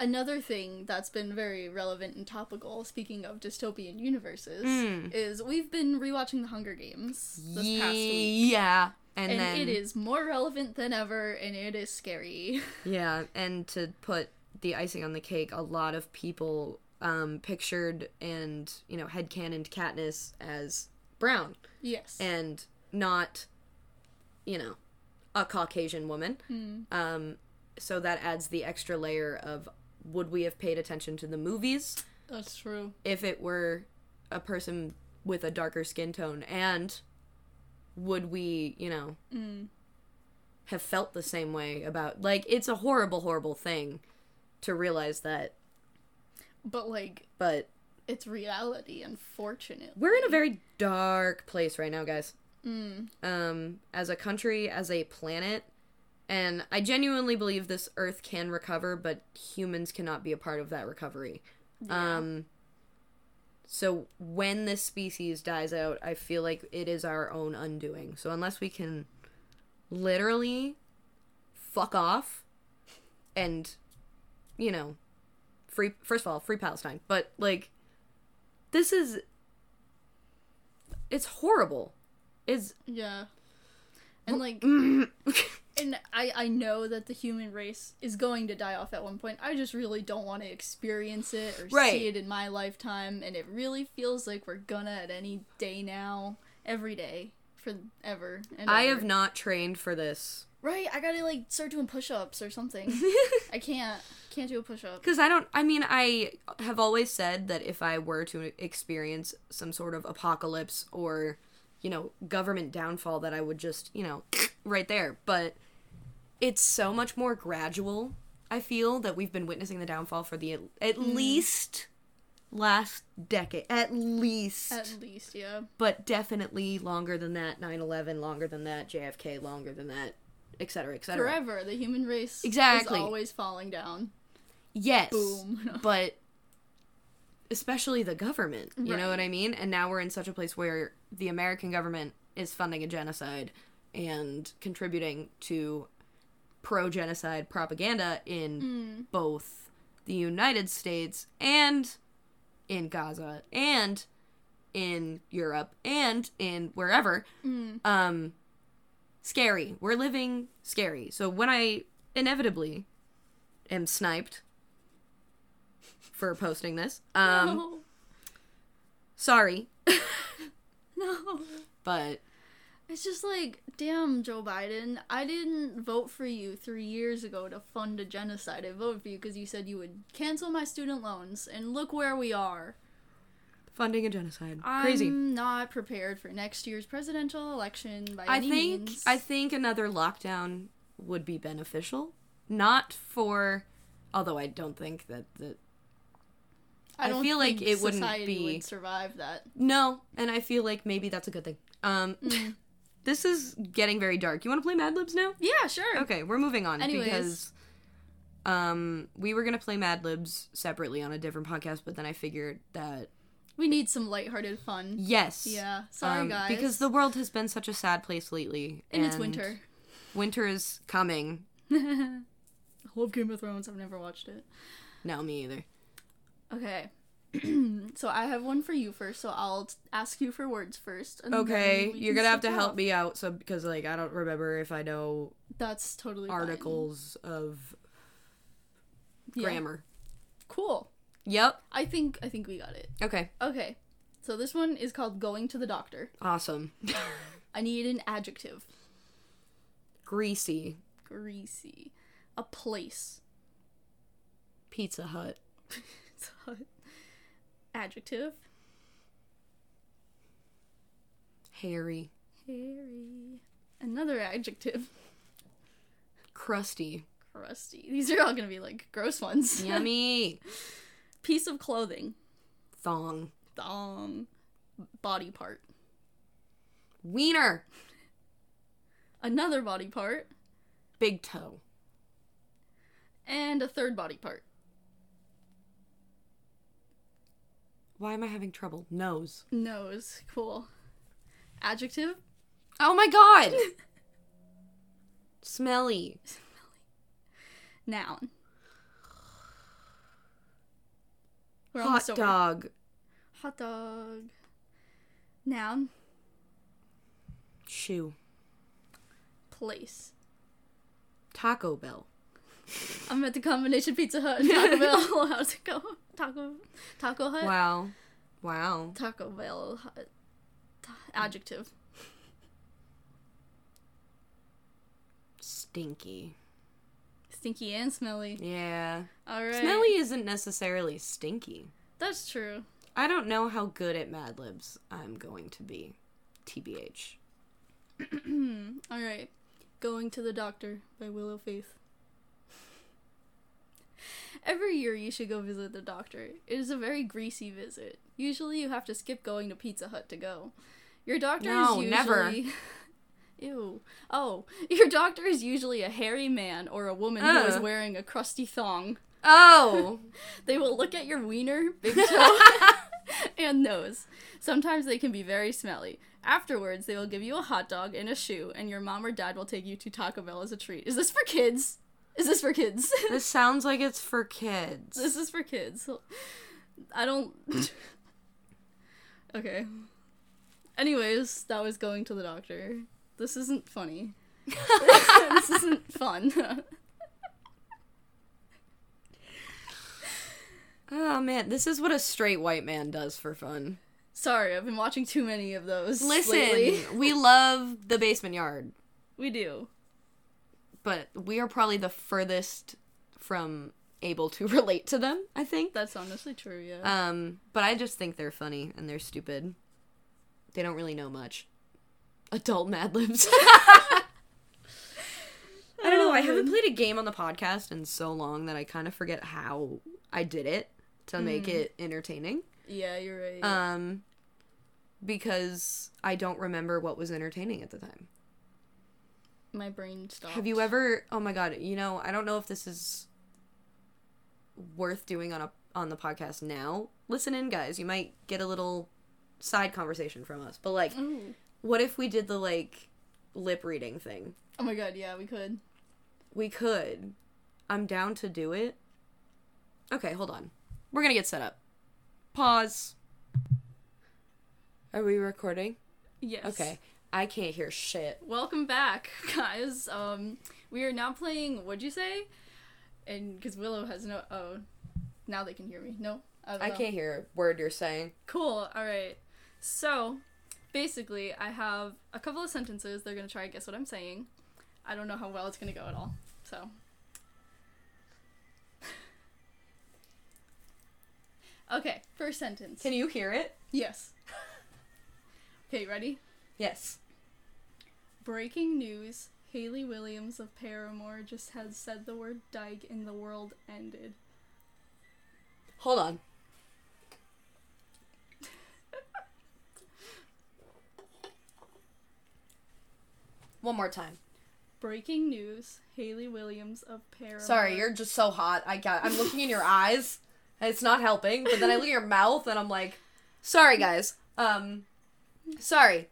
[SPEAKER 2] Another thing that's been very relevant and topical, speaking of dystopian universes,
[SPEAKER 1] Hmm.
[SPEAKER 2] is we've been rewatching The Hunger Games this past week.
[SPEAKER 1] Yeah. And,
[SPEAKER 2] And
[SPEAKER 1] then
[SPEAKER 2] it is more relevant than ever, and it is scary.
[SPEAKER 1] Yeah, and to put the icing on the cake, a lot of people um, pictured and you know headcanoned Katniss as brown
[SPEAKER 2] yes.
[SPEAKER 1] and not, you know, a Caucasian woman. Um, so that adds the extra layer of would we have paid attention to the movies
[SPEAKER 2] that's true.
[SPEAKER 1] if it were a person with a darker skin tone and would we you know have felt the same way about like it's a horrible horrible thing to realize that
[SPEAKER 2] But, like,
[SPEAKER 1] but
[SPEAKER 2] it's reality, unfortunately.
[SPEAKER 1] we're in a very dark place right now guys um as a country as a planet and i genuinely believe this earth can recover but humans cannot be a part of that recovery um so when this species dies out i feel like it is our own undoing so unless we can literally fuck off and you know free first of all free palestine but like this is it's horrible it's
[SPEAKER 2] Yeah. And, like, and I, I know that the human race is going to die off at one point. I just really don't want to experience it or
[SPEAKER 1] Right.
[SPEAKER 2] see it in my lifetime. And it really feels like we're gonna at any day now, every day, forever. And
[SPEAKER 1] i
[SPEAKER 2] ever.
[SPEAKER 1] have not trained for this
[SPEAKER 2] right. I gotta like start doing push-ups or something. I can't can't do a push-up.
[SPEAKER 1] Because I don't, I mean, I have always said that if I were to experience some sort of apocalypse or, you know, government downfall, that I would just, you know, right there. But it's so much more gradual, I feel, that we've been witnessing the downfall for the at, at least last decade. At least.
[SPEAKER 2] At least, yeah.
[SPEAKER 1] but definitely longer than that. 9 11, longer than that. JFK, longer than that. Et cetera, et cetera.
[SPEAKER 2] Forever, the human race
[SPEAKER 1] Exactly.
[SPEAKER 2] is always falling down.
[SPEAKER 1] Yes.
[SPEAKER 2] Boom.
[SPEAKER 1] but especially the government, you know
[SPEAKER 2] Right.
[SPEAKER 1] what I mean? And now we're in such a place where the American government is funding a genocide and contributing to pro genocide propaganda in
[SPEAKER 2] Mm.
[SPEAKER 1] both the United States and in Gaza and in Europe and in wherever.
[SPEAKER 2] Mm.
[SPEAKER 1] Um scary. We're living scary. So when I inevitably am sniped for posting this. Um sorry,
[SPEAKER 2] no, no.
[SPEAKER 1] but
[SPEAKER 2] It's just like, damn, Joe Biden, I didn't vote for you three years ago to fund a genocide. I voted for you because you said you would cancel my student loans, and look where we are.
[SPEAKER 1] Funding a genocide. Crazy.
[SPEAKER 2] I'm not prepared for next year's presidential election by
[SPEAKER 1] I
[SPEAKER 2] any
[SPEAKER 1] think
[SPEAKER 2] means.
[SPEAKER 1] I think another lockdown would be beneficial. Not for although I don't think that the I
[SPEAKER 2] don't
[SPEAKER 1] feel like
[SPEAKER 2] think
[SPEAKER 1] it wouldn't
[SPEAKER 2] society
[SPEAKER 1] be-
[SPEAKER 2] would survive that.
[SPEAKER 1] No, and I feel like maybe that's a good thing. Um
[SPEAKER 2] Mm.
[SPEAKER 1] this is getting very dark. You wanna play Mad Libs now?
[SPEAKER 2] Yeah, sure.
[SPEAKER 1] Okay, we're moving on
[SPEAKER 2] Anyways.
[SPEAKER 1] because um we were gonna play Mad Libs separately on a different podcast, but then I figured that
[SPEAKER 2] We need some lighthearted fun.
[SPEAKER 1] yes.
[SPEAKER 2] Yeah. Sorry,
[SPEAKER 1] um,
[SPEAKER 2] guys.
[SPEAKER 1] Because the world has been such a sad place lately.
[SPEAKER 2] and it's winter.
[SPEAKER 1] Winter is coming.
[SPEAKER 2] Love Game of Thrones. I've never watched it.
[SPEAKER 1] No, me either.
[SPEAKER 2] Okay. so I have one for you first. So I'll t- ask you for words first. and
[SPEAKER 1] Okay,
[SPEAKER 2] then we
[SPEAKER 1] you're
[SPEAKER 2] can
[SPEAKER 1] gonna have to
[SPEAKER 2] switch
[SPEAKER 1] help
[SPEAKER 2] off.
[SPEAKER 1] me out, so because like I don't remember if I know
[SPEAKER 2] That's totally fine.
[SPEAKER 1] articles of
[SPEAKER 2] Yeah.
[SPEAKER 1] grammar.
[SPEAKER 2] Cool.
[SPEAKER 1] Yep.
[SPEAKER 2] I think I think we got it.
[SPEAKER 1] Okay.
[SPEAKER 2] Okay. So this one is called going to the doctor.
[SPEAKER 1] Awesome.
[SPEAKER 2] I need an adjective.
[SPEAKER 1] Greasy
[SPEAKER 2] Greasy. A place.
[SPEAKER 1] Pizza Hut.
[SPEAKER 2] It's hot. Adjective.
[SPEAKER 1] Hairy.
[SPEAKER 2] Hairy. Another adjective.
[SPEAKER 1] Crusty.
[SPEAKER 2] Crusty. These are all gonna be like gross ones.
[SPEAKER 1] Yummy.
[SPEAKER 2] Piece of clothing.
[SPEAKER 1] Thong.
[SPEAKER 2] Thong. Body part.
[SPEAKER 1] Wiener.
[SPEAKER 2] Another body part.
[SPEAKER 1] Big toe.
[SPEAKER 2] And a third body part.
[SPEAKER 1] Why am I having trouble? Nose.
[SPEAKER 2] Nose. Cool. Adjective.
[SPEAKER 1] Oh my god. Smelly.
[SPEAKER 2] Noun. We're
[SPEAKER 1] Hot
[SPEAKER 2] almost over.
[SPEAKER 1] dog.
[SPEAKER 2] Hot dog. Noun.
[SPEAKER 1] Shoe.
[SPEAKER 2] Place.
[SPEAKER 1] Taco Bell.
[SPEAKER 2] I'm at the combination Pizza Hut and Taco Bell. How's it go? Taco. Taco Hut.
[SPEAKER 1] Wow. Wow.
[SPEAKER 2] Taco Bell. Hut. Ta- Adjective.
[SPEAKER 1] Stinky.
[SPEAKER 2] Stinky and smelly.
[SPEAKER 1] Yeah.
[SPEAKER 2] All right.
[SPEAKER 1] Smelly isn't necessarily stinky.
[SPEAKER 2] That's true.
[SPEAKER 1] I don't know how good at Mad Libs I'm going to be. TBH.
[SPEAKER 2] All right. Going to the Doctor by Willow Faith. Every year you should go visit the doctor. It is a very greasy visit. Usually you have to skip going to Pizza Hut to go. Your doctor
[SPEAKER 1] No,
[SPEAKER 2] is usually
[SPEAKER 1] never.
[SPEAKER 2] Ew. Oh, your doctor is usually a hairy man or a woman who is
[SPEAKER 1] Ugh.
[SPEAKER 2] wearing a crusty thong.
[SPEAKER 1] Oh!
[SPEAKER 2] They will look at your wiener, big toe, and nose. Sometimes they can be very smelly. Afterwards, they will give you a hot dog and a shoe, and your mom or dad will take you to Taco Bell as a treat. Is this for kids? Is this for kids?
[SPEAKER 1] this sounds like it's for kids.
[SPEAKER 2] this is for kids. I don't. okay. Anyways, that was going to the doctor. This isn't funny. this isn't fun.
[SPEAKER 1] Oh man, this is what a straight white man does for fun.
[SPEAKER 2] Sorry, I've been watching too many of those.
[SPEAKER 1] Listen,
[SPEAKER 2] lately.
[SPEAKER 1] we love the basement yard,
[SPEAKER 2] we do.
[SPEAKER 1] but we are probably the furthest from able to relate to them, I think.
[SPEAKER 2] That's honestly true, yeah.
[SPEAKER 1] Um, but I just think they're funny and they're stupid. They don't really know much. Adult Mad Libs. I don't know. I haven't played a game on the podcast in so long that I kind of forget how I did it to make it entertaining.
[SPEAKER 2] Yeah, you're right.
[SPEAKER 1] Um, because I don't remember what was entertaining at the time.
[SPEAKER 2] My brain stopped.
[SPEAKER 1] Have you ever? Oh my god! You know, I don't know if this is worth doing on a on the podcast now. Listen in, guys. You might get a little side conversation from us. But like,
[SPEAKER 2] Ooh.
[SPEAKER 1] what if we did the like lip reading thing?
[SPEAKER 2] Oh my god, yeah, we could.
[SPEAKER 1] We could. I'm down to do it. Okay, hold on. We're gonna get set up. Pause. Are we recording?
[SPEAKER 2] Yes.
[SPEAKER 1] Okay. I can't hear shit.
[SPEAKER 2] Welcome back, guys. Um, we are now playing. What'd you say? And because Willow has no. Oh, now they can hear me. No, I, don't
[SPEAKER 1] I
[SPEAKER 2] know.
[SPEAKER 1] can't hear a word you're saying.
[SPEAKER 2] Cool. All right. So, Basically, I have a couple of sentences. They're gonna try to guess what I'm saying. I don't know how well it's gonna go at all. So. okay, first sentence.
[SPEAKER 1] Can you hear it?
[SPEAKER 2] yes. Okay, ready?
[SPEAKER 1] Yes.
[SPEAKER 2] Breaking news: Haley Williams of Paramore just has said the word "dyke" and the world ended.
[SPEAKER 1] Hold on. One more time.
[SPEAKER 2] Breaking news: Haley Williams of Paramore.
[SPEAKER 1] Sorry, you're just so hot. I got. I'm looking in your eyes. and It's not helping. But then I look at your mouth, and I'm like, "Sorry, guys. Um, sorry.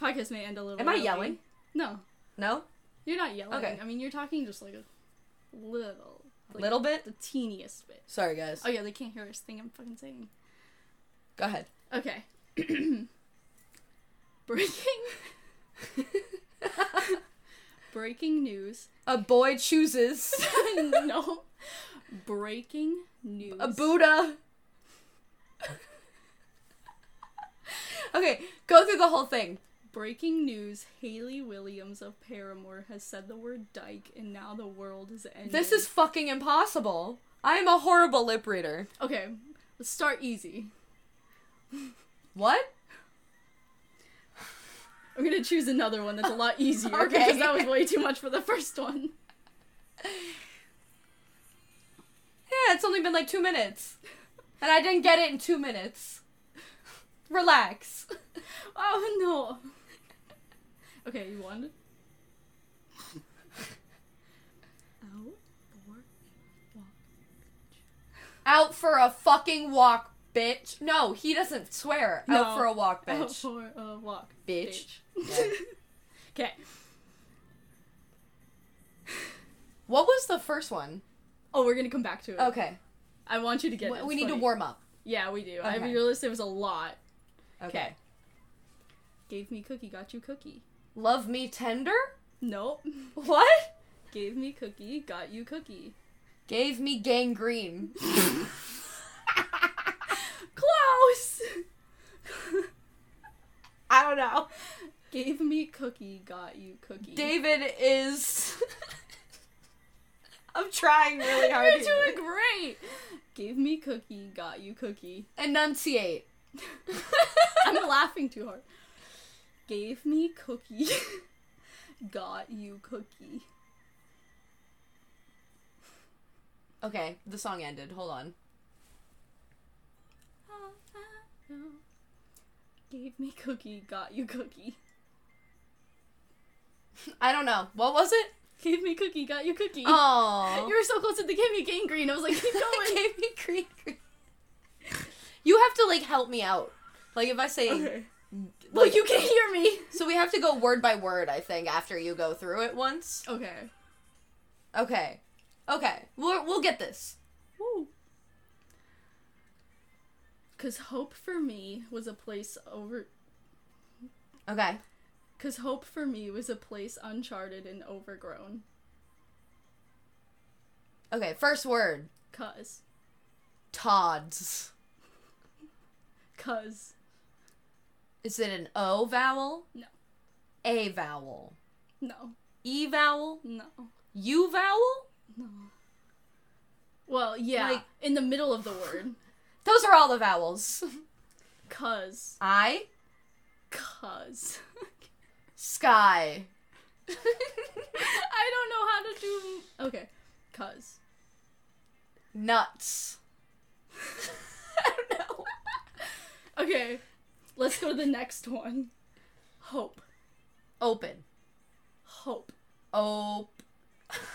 [SPEAKER 2] podcast may end a little.
[SPEAKER 1] Am I
[SPEAKER 2] early.
[SPEAKER 1] yelling?
[SPEAKER 2] No,
[SPEAKER 1] No,
[SPEAKER 2] you're not yelling.
[SPEAKER 1] Okay.
[SPEAKER 2] I mean, you're talking just like a little, like
[SPEAKER 1] little bit.
[SPEAKER 2] the teeniest bit.
[SPEAKER 1] Sorry, guys.
[SPEAKER 2] Oh yeah, they can't hear this thing I'm fucking saying.
[SPEAKER 1] Go ahead.
[SPEAKER 2] Okay. Breaking. Breaking news.
[SPEAKER 1] A boy chooses
[SPEAKER 2] no. Breaking news.
[SPEAKER 1] a Buddha. okay, go through the whole thing.
[SPEAKER 2] Breaking news: Haley Williams of Paramore has said the word "dyke," and now the world is ending.
[SPEAKER 1] This is fucking impossible. I am a horrible lip reader.
[SPEAKER 2] okay. Let's start easy.
[SPEAKER 1] What?
[SPEAKER 2] I'm gonna choose another one that's a lot easier
[SPEAKER 1] Okay.
[SPEAKER 2] because that was way too much for the first one.
[SPEAKER 1] Yeah, it's only been like two minutes. And I didn't get it in two minutes. Relax.
[SPEAKER 2] Oh no. Okay, you won. Out for walk.
[SPEAKER 1] Out for a fucking walk, bitch. No, he doesn't swear.
[SPEAKER 2] No.
[SPEAKER 1] Out for a walk, bitch.
[SPEAKER 2] Out for a walk.
[SPEAKER 1] Bitch.
[SPEAKER 2] Okay.
[SPEAKER 1] What was the first one?
[SPEAKER 2] Oh, we're gonna come back to it.
[SPEAKER 1] Okay.
[SPEAKER 2] I want you to get
[SPEAKER 1] we
[SPEAKER 2] it.
[SPEAKER 1] we
[SPEAKER 2] It's
[SPEAKER 1] need to
[SPEAKER 2] funny.
[SPEAKER 1] warm up.
[SPEAKER 2] Yeah, we do. I
[SPEAKER 1] Okay.
[SPEAKER 2] realized there was a lot.
[SPEAKER 1] Okay.
[SPEAKER 2] Okay. Gave me cookie, got you cookie.
[SPEAKER 1] Love me tender?
[SPEAKER 2] Nope.
[SPEAKER 1] What?
[SPEAKER 2] Gave me cookie, got you cookie.
[SPEAKER 1] Gave me gangrene.
[SPEAKER 2] Close!
[SPEAKER 1] I don't know.
[SPEAKER 2] Gave me cookie, got you cookie.
[SPEAKER 1] David is. I'm trying really hard.
[SPEAKER 2] You're
[SPEAKER 1] here.
[SPEAKER 2] doing great! Gave me cookie, got you cookie.
[SPEAKER 1] Enunciate.
[SPEAKER 2] I'm laughing too hard. Gave me cookie, got you cookie.
[SPEAKER 1] okay, the song ended. Hold on.
[SPEAKER 2] Gave me cookie, got you cookie.
[SPEAKER 1] I don't know. What was it?
[SPEAKER 2] Gave me cookie, got you cookie.
[SPEAKER 1] Oh.
[SPEAKER 2] You were so close to the gave me gangrene. I was like, keep going.
[SPEAKER 1] gave me green, green. You have to like help me out. Like if I say
[SPEAKER 2] Okay.
[SPEAKER 1] like
[SPEAKER 2] Well, you can hear me.
[SPEAKER 1] so we have to go word by word, I think, after you go through it once.
[SPEAKER 2] Okay.
[SPEAKER 1] Okay. Okay. We'll we'll get this.
[SPEAKER 2] Woo. Cause hope for me was a place over.
[SPEAKER 1] Okay.
[SPEAKER 2] Cause hope for me was a place uncharted and overgrown.
[SPEAKER 1] Okay, first word.
[SPEAKER 2] Cause,
[SPEAKER 1] Todd's.
[SPEAKER 2] cause,
[SPEAKER 1] Is it an O vowel?
[SPEAKER 2] No.
[SPEAKER 1] A vowel.
[SPEAKER 2] no,
[SPEAKER 1] E vowel?
[SPEAKER 2] no,
[SPEAKER 1] U vowel?
[SPEAKER 2] no. Well, yeah,
[SPEAKER 1] Like-
[SPEAKER 2] in the middle of the word.
[SPEAKER 1] Those are all the vowels.
[SPEAKER 2] Cause,
[SPEAKER 1] I
[SPEAKER 2] cause.
[SPEAKER 1] sky.
[SPEAKER 2] I don't know how to do. Okay, cause.
[SPEAKER 1] Nuts. I don't know.
[SPEAKER 2] Okay, let's go to the next one. Hope,
[SPEAKER 1] Open.
[SPEAKER 2] hope,
[SPEAKER 1] Ope.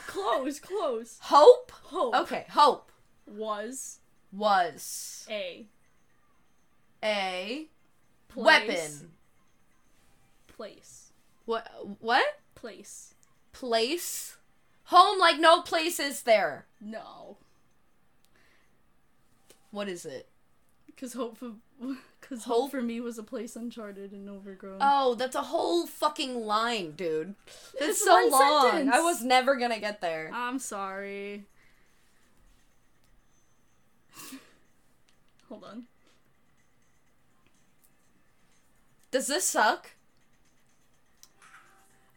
[SPEAKER 2] close, close.
[SPEAKER 1] Hope?
[SPEAKER 2] Hope
[SPEAKER 1] Okay, hope
[SPEAKER 2] was
[SPEAKER 1] was
[SPEAKER 2] a
[SPEAKER 1] a
[SPEAKER 2] place,
[SPEAKER 1] weapon.
[SPEAKER 2] Place,
[SPEAKER 1] What what?
[SPEAKER 2] place.
[SPEAKER 1] Place? Home like no place is there.
[SPEAKER 2] No,
[SPEAKER 1] What is it?
[SPEAKER 2] because hope for because hope.
[SPEAKER 1] Hope?
[SPEAKER 2] for me was a place uncharted and overgrown.
[SPEAKER 1] Oh, that's a whole fucking line, dude. That's
[SPEAKER 2] It's
[SPEAKER 1] so
[SPEAKER 2] one
[SPEAKER 1] long.
[SPEAKER 2] sentence.
[SPEAKER 1] I was never gonna get there.
[SPEAKER 2] I'm sorry. Hold on.
[SPEAKER 1] Does this suck?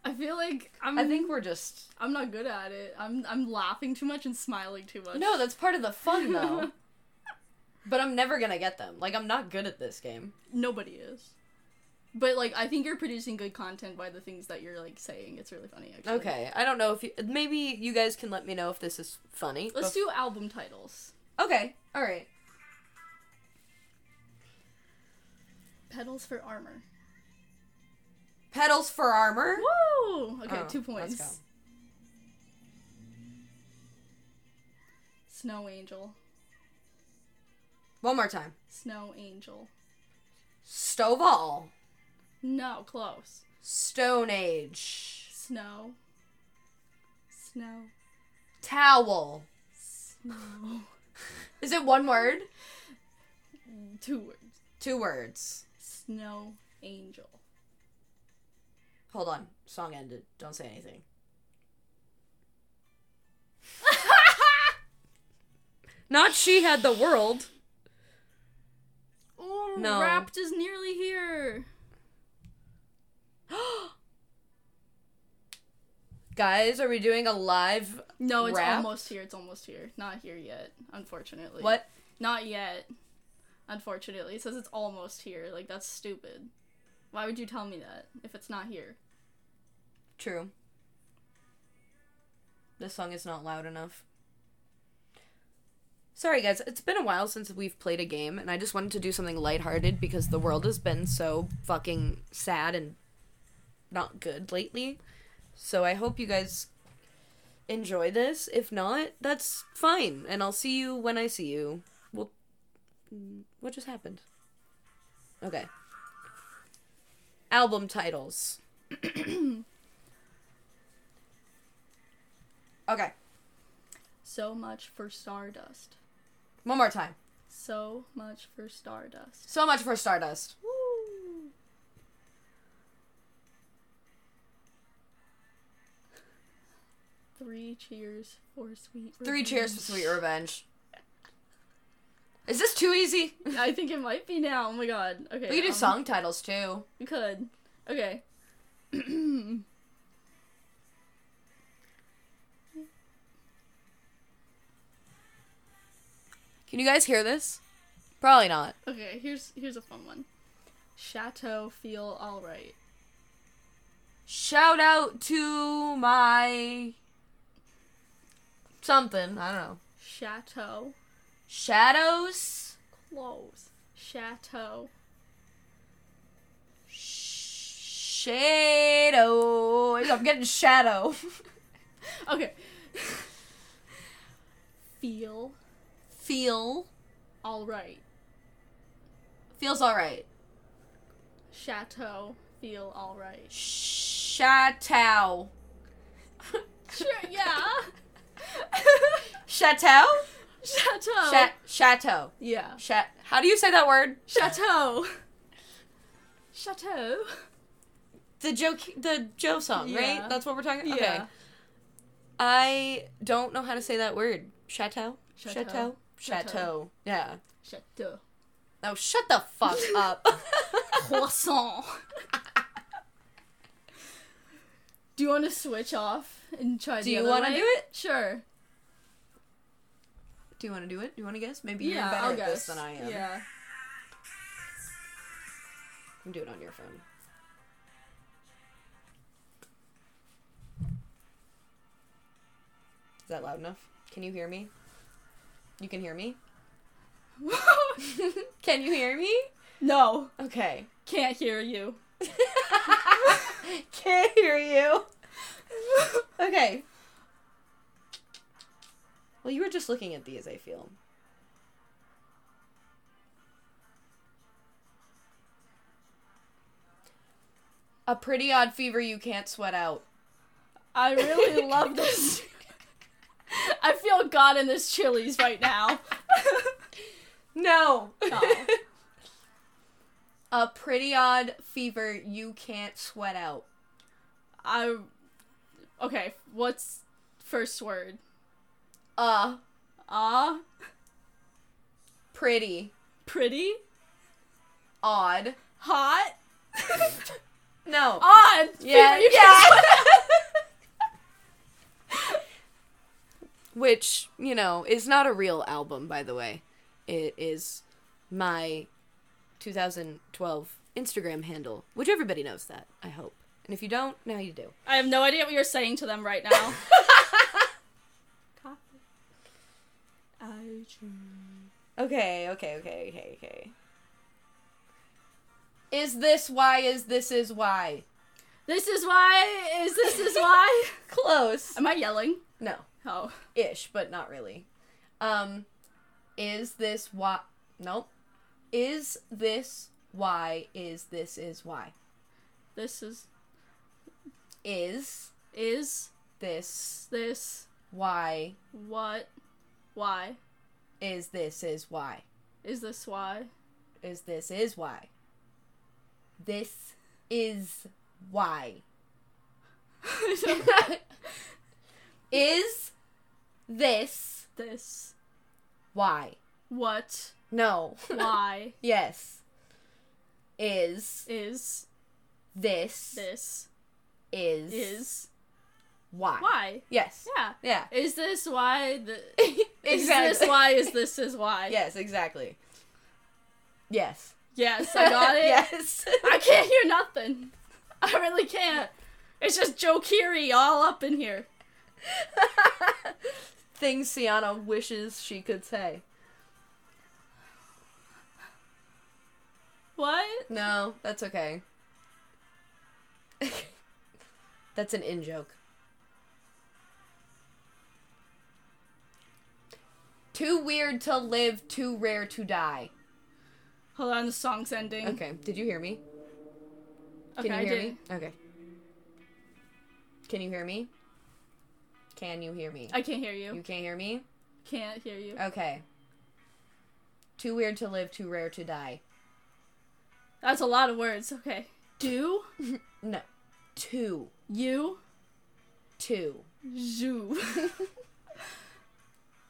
[SPEAKER 2] I feel like I'm.
[SPEAKER 1] I think we're just.
[SPEAKER 2] I'm not good at it. I'm I'm laughing too much and smiling too much.
[SPEAKER 1] No, that's part of the fun though. but I'm never gonna get them. Like I'm not good at this game.
[SPEAKER 2] nobody is. But like, I think you're producing good content by the things that you're like saying. It's really funny, actually.
[SPEAKER 1] Okay, I don't know if you, maybe you guys can let me know if this is funny.
[SPEAKER 2] Let's do album titles.
[SPEAKER 1] Okay, all right.
[SPEAKER 2] Pedals for armor.
[SPEAKER 1] Pedals for armor.
[SPEAKER 2] Woo! Okay,
[SPEAKER 1] Oh,
[SPEAKER 2] two
[SPEAKER 1] let's
[SPEAKER 2] points.
[SPEAKER 1] go.
[SPEAKER 2] Snow angel.
[SPEAKER 1] One more time.
[SPEAKER 2] Snow angel.
[SPEAKER 1] Stovall.
[SPEAKER 2] No, close.
[SPEAKER 1] Stone Age.
[SPEAKER 2] Snow. Snow.
[SPEAKER 1] Towel.
[SPEAKER 2] Snow.
[SPEAKER 1] Is it one word?
[SPEAKER 2] Two words.
[SPEAKER 1] Two words.
[SPEAKER 2] Snow angel.
[SPEAKER 1] Hold on. Song ended. Don't say anything. Not she had the world.
[SPEAKER 2] Oh,
[SPEAKER 1] No.
[SPEAKER 2] Wrapped is nearly here.
[SPEAKER 1] Guys, are we doing a live?
[SPEAKER 2] No, it's
[SPEAKER 1] Wrapped?
[SPEAKER 2] almost here. It's almost here. Not here yet, unfortunately.
[SPEAKER 1] What?
[SPEAKER 2] Not yet. Unfortunately, it says it's almost here. Like that's stupid. Why would you tell me that if it's not here?
[SPEAKER 1] True. This song is not loud enough. Sorry, guys. It's been a while since we've played a game, and I just wanted to do something lighthearted because the world has been so fucking sad and not good lately. So I hope you guys enjoy this. If not, that's fine, and I'll see you when I see you. Well, mm, what just happened? Okay. Album titles. Okay.
[SPEAKER 2] So much for Stardust.
[SPEAKER 1] One more time.
[SPEAKER 2] So much for Stardust.
[SPEAKER 1] So much for Stardust.
[SPEAKER 2] Woo! Three cheers for sweet.
[SPEAKER 1] Three cheers for
[SPEAKER 2] revenge.
[SPEAKER 1] sweet revenge. Is this too easy?
[SPEAKER 2] I think it might be now. Oh my god. Okay.
[SPEAKER 1] We could do
[SPEAKER 2] um,
[SPEAKER 1] song titles too.
[SPEAKER 2] We could. Okay.
[SPEAKER 1] Can you guys hear this? Probably not.
[SPEAKER 2] Okay, here's here's a fun one. Chateau feel alright.
[SPEAKER 1] Shout out to my something. I don't know.
[SPEAKER 2] Chateau
[SPEAKER 1] Shadows.
[SPEAKER 2] close. Chateau
[SPEAKER 1] Shadow. I'm getting shadow.
[SPEAKER 2] Okay. feel
[SPEAKER 1] Feel
[SPEAKER 2] alright.
[SPEAKER 1] feels all right.
[SPEAKER 2] Chateau feel alright.
[SPEAKER 1] Chateau.
[SPEAKER 2] Sure, yeah.
[SPEAKER 1] Chateau.
[SPEAKER 2] Chateau.
[SPEAKER 1] Cha- chateau.
[SPEAKER 2] yeah.
[SPEAKER 1] Sha- How do you say that word?
[SPEAKER 2] Chateau. Chateau.
[SPEAKER 1] The Joe, the Joe song,
[SPEAKER 2] Yeah.
[SPEAKER 1] right? That's what we're talking. Okay.
[SPEAKER 2] Yeah.
[SPEAKER 1] I don't know how to say that word. Chateau.
[SPEAKER 2] Chateau.
[SPEAKER 1] Chateau. Chateau. Yeah.
[SPEAKER 2] Chateau.
[SPEAKER 1] Oh, shut the fuck up.
[SPEAKER 2] Croissant. do you want to switch off and try
[SPEAKER 1] Do
[SPEAKER 2] the
[SPEAKER 1] you
[SPEAKER 2] other
[SPEAKER 1] wanna
[SPEAKER 2] way?
[SPEAKER 1] do it?
[SPEAKER 2] Sure.
[SPEAKER 1] do you want to do it? Do you want to guess? Maybe you're
[SPEAKER 2] Yeah,
[SPEAKER 1] better
[SPEAKER 2] I'll
[SPEAKER 1] at
[SPEAKER 2] guess.
[SPEAKER 1] this than I am.
[SPEAKER 2] Yeah.
[SPEAKER 1] You can do it on your phone. Is that loud enough? Can you hear me? You can hear me? can you hear me?
[SPEAKER 2] no,
[SPEAKER 1] Okay.
[SPEAKER 2] can't hear you.
[SPEAKER 1] Can't hear you. okay. Well, you were just looking at these, I feel. A pretty odd fever you can't sweat out.
[SPEAKER 2] I really love this. I feel God in this Chili's right now.
[SPEAKER 1] No.
[SPEAKER 2] Oh.
[SPEAKER 1] A pretty odd fever you can't sweat out.
[SPEAKER 2] I. Okay, what's first word?
[SPEAKER 1] Uh,
[SPEAKER 2] Ah,
[SPEAKER 1] pretty
[SPEAKER 2] pretty,
[SPEAKER 1] odd
[SPEAKER 2] hot,
[SPEAKER 1] No.
[SPEAKER 2] On!
[SPEAKER 1] Yeah,
[SPEAKER 2] people, you
[SPEAKER 1] yeah.
[SPEAKER 2] can't-
[SPEAKER 1] Which, you know, is not a real album, by the way. It is my 2012 Instagram handle, which everybody knows that, I hope. And if you don't, now you do.
[SPEAKER 2] I have no idea what you're saying to them right now. I
[SPEAKER 1] Okay, okay, okay, okay, okay. Is this why? Is this is why?
[SPEAKER 2] This is why. Is this is why?
[SPEAKER 1] Close.
[SPEAKER 2] Am I yelling?
[SPEAKER 1] No,
[SPEAKER 2] Oh.
[SPEAKER 1] ish, but not really. Um, is this why? Nope. Is this why? Is this is why?
[SPEAKER 2] This is
[SPEAKER 1] Is
[SPEAKER 2] is
[SPEAKER 1] this
[SPEAKER 2] this
[SPEAKER 1] why?
[SPEAKER 2] what why
[SPEAKER 1] Is this is why?
[SPEAKER 2] is this why
[SPEAKER 1] Is this is why? This is why. is this
[SPEAKER 2] this
[SPEAKER 1] why?
[SPEAKER 2] what
[SPEAKER 1] No.
[SPEAKER 2] why
[SPEAKER 1] yes. Is
[SPEAKER 2] is
[SPEAKER 1] this,
[SPEAKER 2] this
[SPEAKER 1] is
[SPEAKER 2] is
[SPEAKER 1] why?
[SPEAKER 2] why
[SPEAKER 1] Yes.
[SPEAKER 2] yeah
[SPEAKER 1] Yeah.
[SPEAKER 2] is this why the is this
[SPEAKER 1] exactly.
[SPEAKER 2] why is this is why
[SPEAKER 1] Yes, exactly. Yes.
[SPEAKER 2] yes I got it
[SPEAKER 1] yes.
[SPEAKER 2] I can't hear nothing I really can't it's just Joe Keery all up in here
[SPEAKER 1] Things Sienna wishes she could say.
[SPEAKER 2] what
[SPEAKER 1] No, that's okay. that's an in joke. Too weird to live, too rare to die.
[SPEAKER 2] hold on the song's ending
[SPEAKER 1] Okay, did you hear me?
[SPEAKER 2] Mm-hmm. Okay,
[SPEAKER 1] Can
[SPEAKER 2] I
[SPEAKER 1] you hear
[SPEAKER 2] did
[SPEAKER 1] me? Okay. Can you hear me? Can you hear me?
[SPEAKER 2] I can't hear you
[SPEAKER 1] You can't hear me?
[SPEAKER 2] can't hear you
[SPEAKER 1] Okay. Too weird to live, too rare to die.
[SPEAKER 2] that's a lot of words okay do
[SPEAKER 1] No. Two.
[SPEAKER 2] you
[SPEAKER 1] Two.
[SPEAKER 2] zoo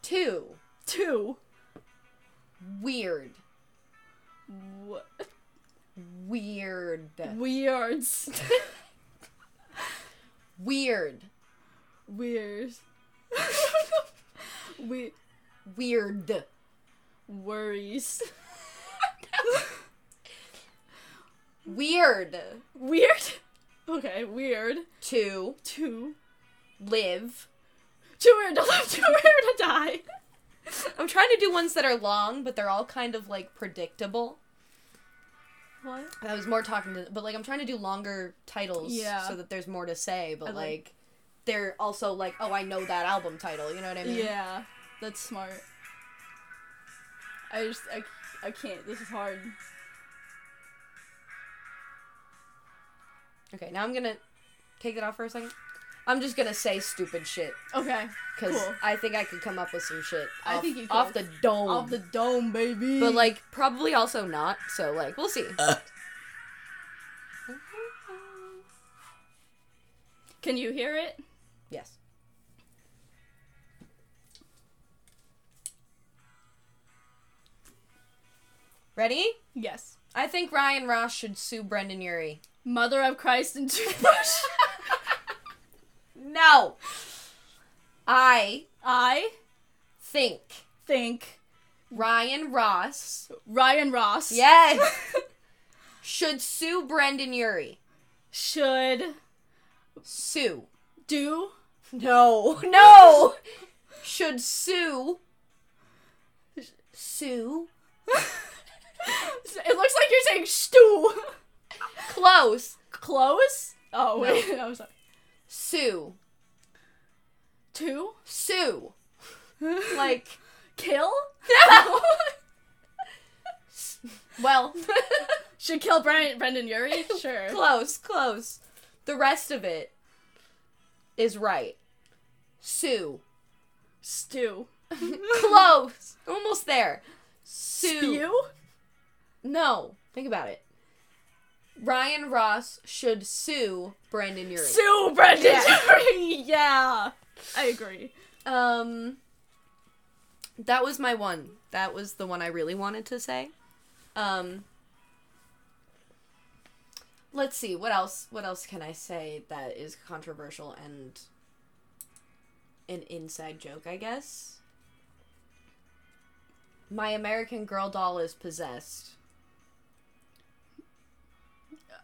[SPEAKER 1] Two.
[SPEAKER 2] two
[SPEAKER 1] Weird.
[SPEAKER 2] What?
[SPEAKER 1] Weird.
[SPEAKER 2] Weirds.
[SPEAKER 1] Weird.
[SPEAKER 2] Weirds. we
[SPEAKER 1] Weird.
[SPEAKER 2] worries.
[SPEAKER 1] Weird.
[SPEAKER 2] Weird. Okay, weird.
[SPEAKER 1] To
[SPEAKER 2] Too
[SPEAKER 1] live.
[SPEAKER 2] too weird to live. Too weird to die.
[SPEAKER 1] I'm trying to do ones that are long, but they're all kind of like predictable.
[SPEAKER 2] What?
[SPEAKER 1] I was more talking to, but like I'm trying to do longer titles
[SPEAKER 2] Yeah.
[SPEAKER 1] so that there's more to say, but
[SPEAKER 2] I
[SPEAKER 1] like,
[SPEAKER 2] like-
[SPEAKER 1] they're also like, oh, I know that album title. You know what I mean?
[SPEAKER 2] Yeah, that's smart. I just I, I can't. This is hard.
[SPEAKER 1] Okay, now I'm gonna take that off for a second. I'm just gonna say stupid shit
[SPEAKER 2] Okay.
[SPEAKER 1] because
[SPEAKER 2] Cool.
[SPEAKER 1] I think I could come up with some shit.
[SPEAKER 2] I
[SPEAKER 1] off-
[SPEAKER 2] think you
[SPEAKER 1] off
[SPEAKER 2] could.
[SPEAKER 1] the dome.
[SPEAKER 2] Off the dome, baby.
[SPEAKER 1] Oh. but like probably also not. So like we'll see.
[SPEAKER 2] can you hear it?
[SPEAKER 1] yes. Ready?
[SPEAKER 2] Yes.
[SPEAKER 1] I think Ryan Ross should sue Brendan Urie.
[SPEAKER 2] Mother of Christ and toothbrush.
[SPEAKER 1] No. I
[SPEAKER 2] I
[SPEAKER 1] think
[SPEAKER 2] think
[SPEAKER 1] Ryan Ross.
[SPEAKER 2] Ryan Ross
[SPEAKER 1] Yes. should sue Brendan Urie.
[SPEAKER 2] should
[SPEAKER 1] Sue.
[SPEAKER 2] do
[SPEAKER 1] No. No. should sue. Sue.
[SPEAKER 2] It looks like you're saying stew.
[SPEAKER 1] Close.
[SPEAKER 2] Close? Oh wait, I'm sorry.
[SPEAKER 1] Sue.
[SPEAKER 2] Two?
[SPEAKER 1] Sue. Like.
[SPEAKER 2] Kill?
[SPEAKER 1] No. well.
[SPEAKER 2] Should kill Brendan Brendan Yuri? Sure.
[SPEAKER 1] close. Close. The rest of it is right. Sue.
[SPEAKER 2] Stew.
[SPEAKER 1] Close. Almost there. Sue.
[SPEAKER 2] Spew?
[SPEAKER 1] No. Think about it. Ryan Ross should sue Brandon Urie.
[SPEAKER 2] Sue Brendan
[SPEAKER 1] Yeah.
[SPEAKER 2] Yuri! Yeah. I agree.
[SPEAKER 1] um That was my one. That was the one I really wanted to say. Um let's see what else. What else can I say that is controversial and an inside joke? I guess. My American Girl doll is possessed.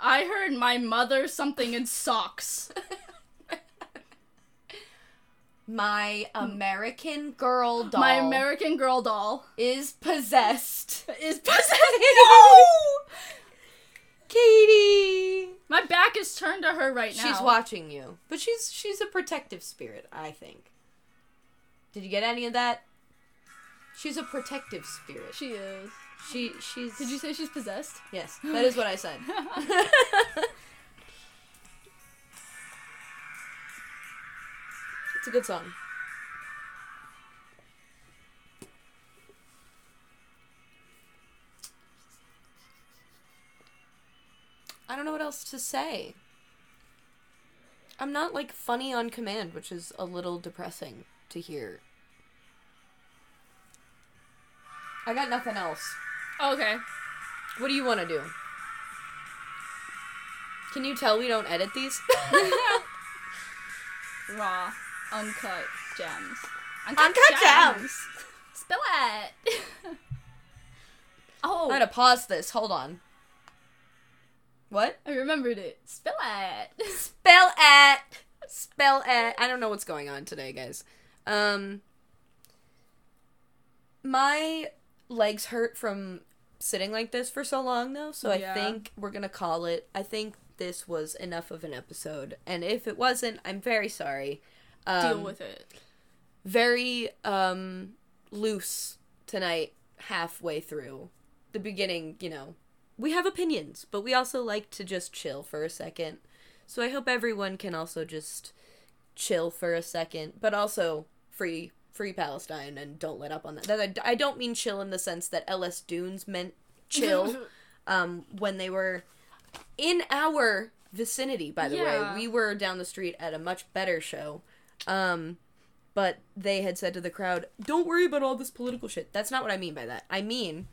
[SPEAKER 2] I heard my mother something in socks.
[SPEAKER 1] My American Girl doll
[SPEAKER 2] My American girl doll
[SPEAKER 1] is possessed.
[SPEAKER 2] is possessed.
[SPEAKER 1] Katie.
[SPEAKER 2] My back is turned to her right now.
[SPEAKER 1] She's watching you, but she's she's a protective spirit, I think. Did you get any of that? She's a protective spirit.
[SPEAKER 2] She is.
[SPEAKER 1] She she's
[SPEAKER 2] Did you say she's possessed?
[SPEAKER 1] Yes, that is what I said. it's a good song. I don't know what else to say. I'm not like funny on command, which is a little depressing to hear. I got nothing else.
[SPEAKER 2] Okay.
[SPEAKER 1] What do you want to do? Can you tell we don't edit these?
[SPEAKER 2] Raw, uncut gems.
[SPEAKER 1] Uncut gems.
[SPEAKER 2] Spill it. oh,
[SPEAKER 1] I'm gonna pause this. Hold on. What?
[SPEAKER 2] I remembered it. Spill it.
[SPEAKER 1] Spell it. Spell it. I don't know what's going on today, guys. Um, my legs hurt from sitting like this for so long, though. So
[SPEAKER 2] Yeah.
[SPEAKER 1] I think we're gonna call it. I think this was enough of an episode, and if it wasn't, I'm very sorry. Um,
[SPEAKER 2] Deal with it.
[SPEAKER 1] very um loose tonight halfway through the beginning you know we have opinions but we also like to just chill for a second so i hope everyone can also just chill for a second but also free free palestine and don't let up on that That- i don't mean chill in the sense that ls dunes meant chill um, when they were in our vicinity. By the
[SPEAKER 2] Yeah.
[SPEAKER 1] way, we were down the street at a much better show, um, but they had said to the crowd, "Don't worry about all this political shit." That's not what I mean by that. I mean,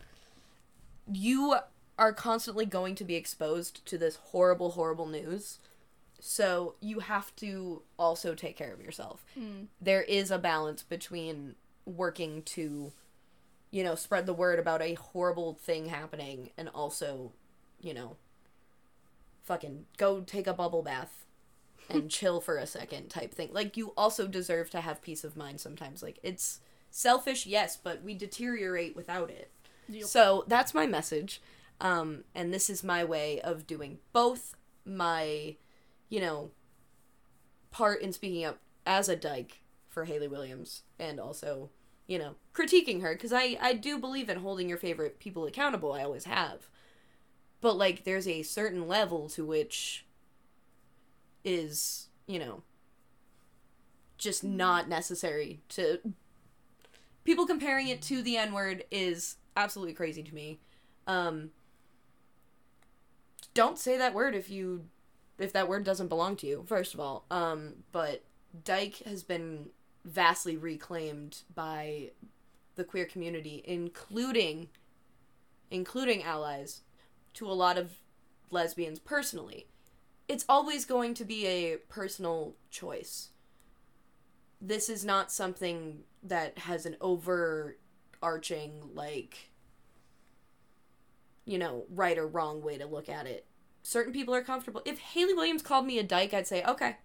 [SPEAKER 1] you are constantly going to be exposed to this horrible, horrible news. So you have to also take care of yourself. There is a balance between working to you know, spread the word about a horrible thing happening and also, you know, fucking go take a bubble bath and chill for a second type thing. Like you also deserve to have peace of mind sometimes. Like it's selfish, yes, but we deteriorate without it.
[SPEAKER 2] Yep.
[SPEAKER 1] So that's my message. Um and this is my way of doing both my, you know, part in speaking up as a dyke for Haley Williams and also, you know, critiquing her because I, I do believe in holding your favorite people accountable. I always have. But, like, there's a certain level to which is, you know, just not necessary to. People comparing it to the N word is absolutely crazy to me. Um, don't say that word if you if that word doesn't belong to you, first of all. Um, but dyke has been vastly reclaimed by the queer community, including including allies, to a lot of lesbians personally. It's always going to be a personal choice. This is not something that has an overarching like you know, right or wrong way to look at it certain people are comfortable. If Haley Williams called me a dyke, I'd say okay.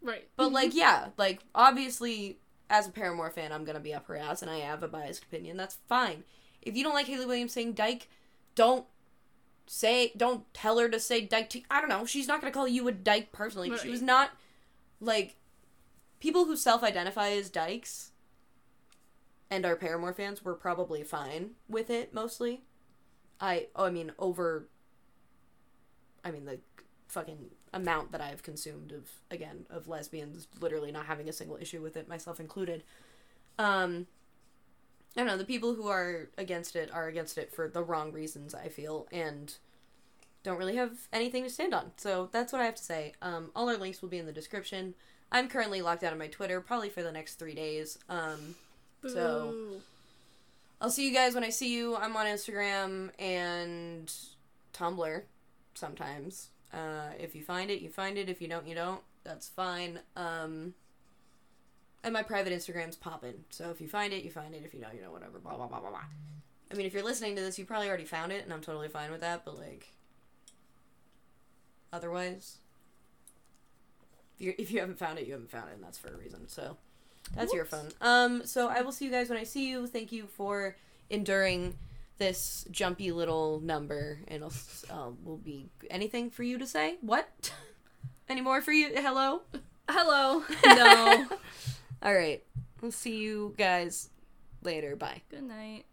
[SPEAKER 2] Right.
[SPEAKER 1] But like, yeah, like obviously, as a Paramore fan, I'm gonna be up her ass, and I have a biased opinion. That's fine. If you don't like Haley Williams saying dyke, don't say, don't tell her to say dyke. To, I don't know. She's not gonna call you a dyke personally. She
[SPEAKER 2] Right.
[SPEAKER 1] was not like people who self-identify as dykes and our Paramore fans were probably fine with it mostly. I oh, I mean over I mean the fucking amount that I've consumed of again of lesbians literally not having a single issue with it myself included. Um I don't know, the people who are against it are against it for the wrong reasons, I feel, and don't really have anything to stand on. So that's what I have to say. Um, all our links will be in the description. I'm currently locked out of my Twitter, probably for the next three days. Um, so-
[SPEAKER 2] Boo.
[SPEAKER 1] I'll see you guys when I see you. I'm on Instagram and Tumblr sometimes. Uh, if you find it, you find it. If you don't, you don't. That's fine. Um, and my private Instagram's poppin'. So if you find it, you find it. If you don't, you know, whatever. Blah, blah, blah, blah, blah. I mean, if you're listening to this, you probably already found it, and I'm totally fine with that, but like, otherwise, if you, if you haven't found it, you haven't found it, and that's for a reason. So that's your fun.
[SPEAKER 2] Whoops.
[SPEAKER 1] Um, so I will see you guys when I see you. Thank you for enduring this jumpy little number, and I'll, s- uh, will be anything for you to say? What? Any more for you? Hello?
[SPEAKER 2] Hello. No.
[SPEAKER 1] All right. We'll see you guys later. Bye.
[SPEAKER 2] Good night.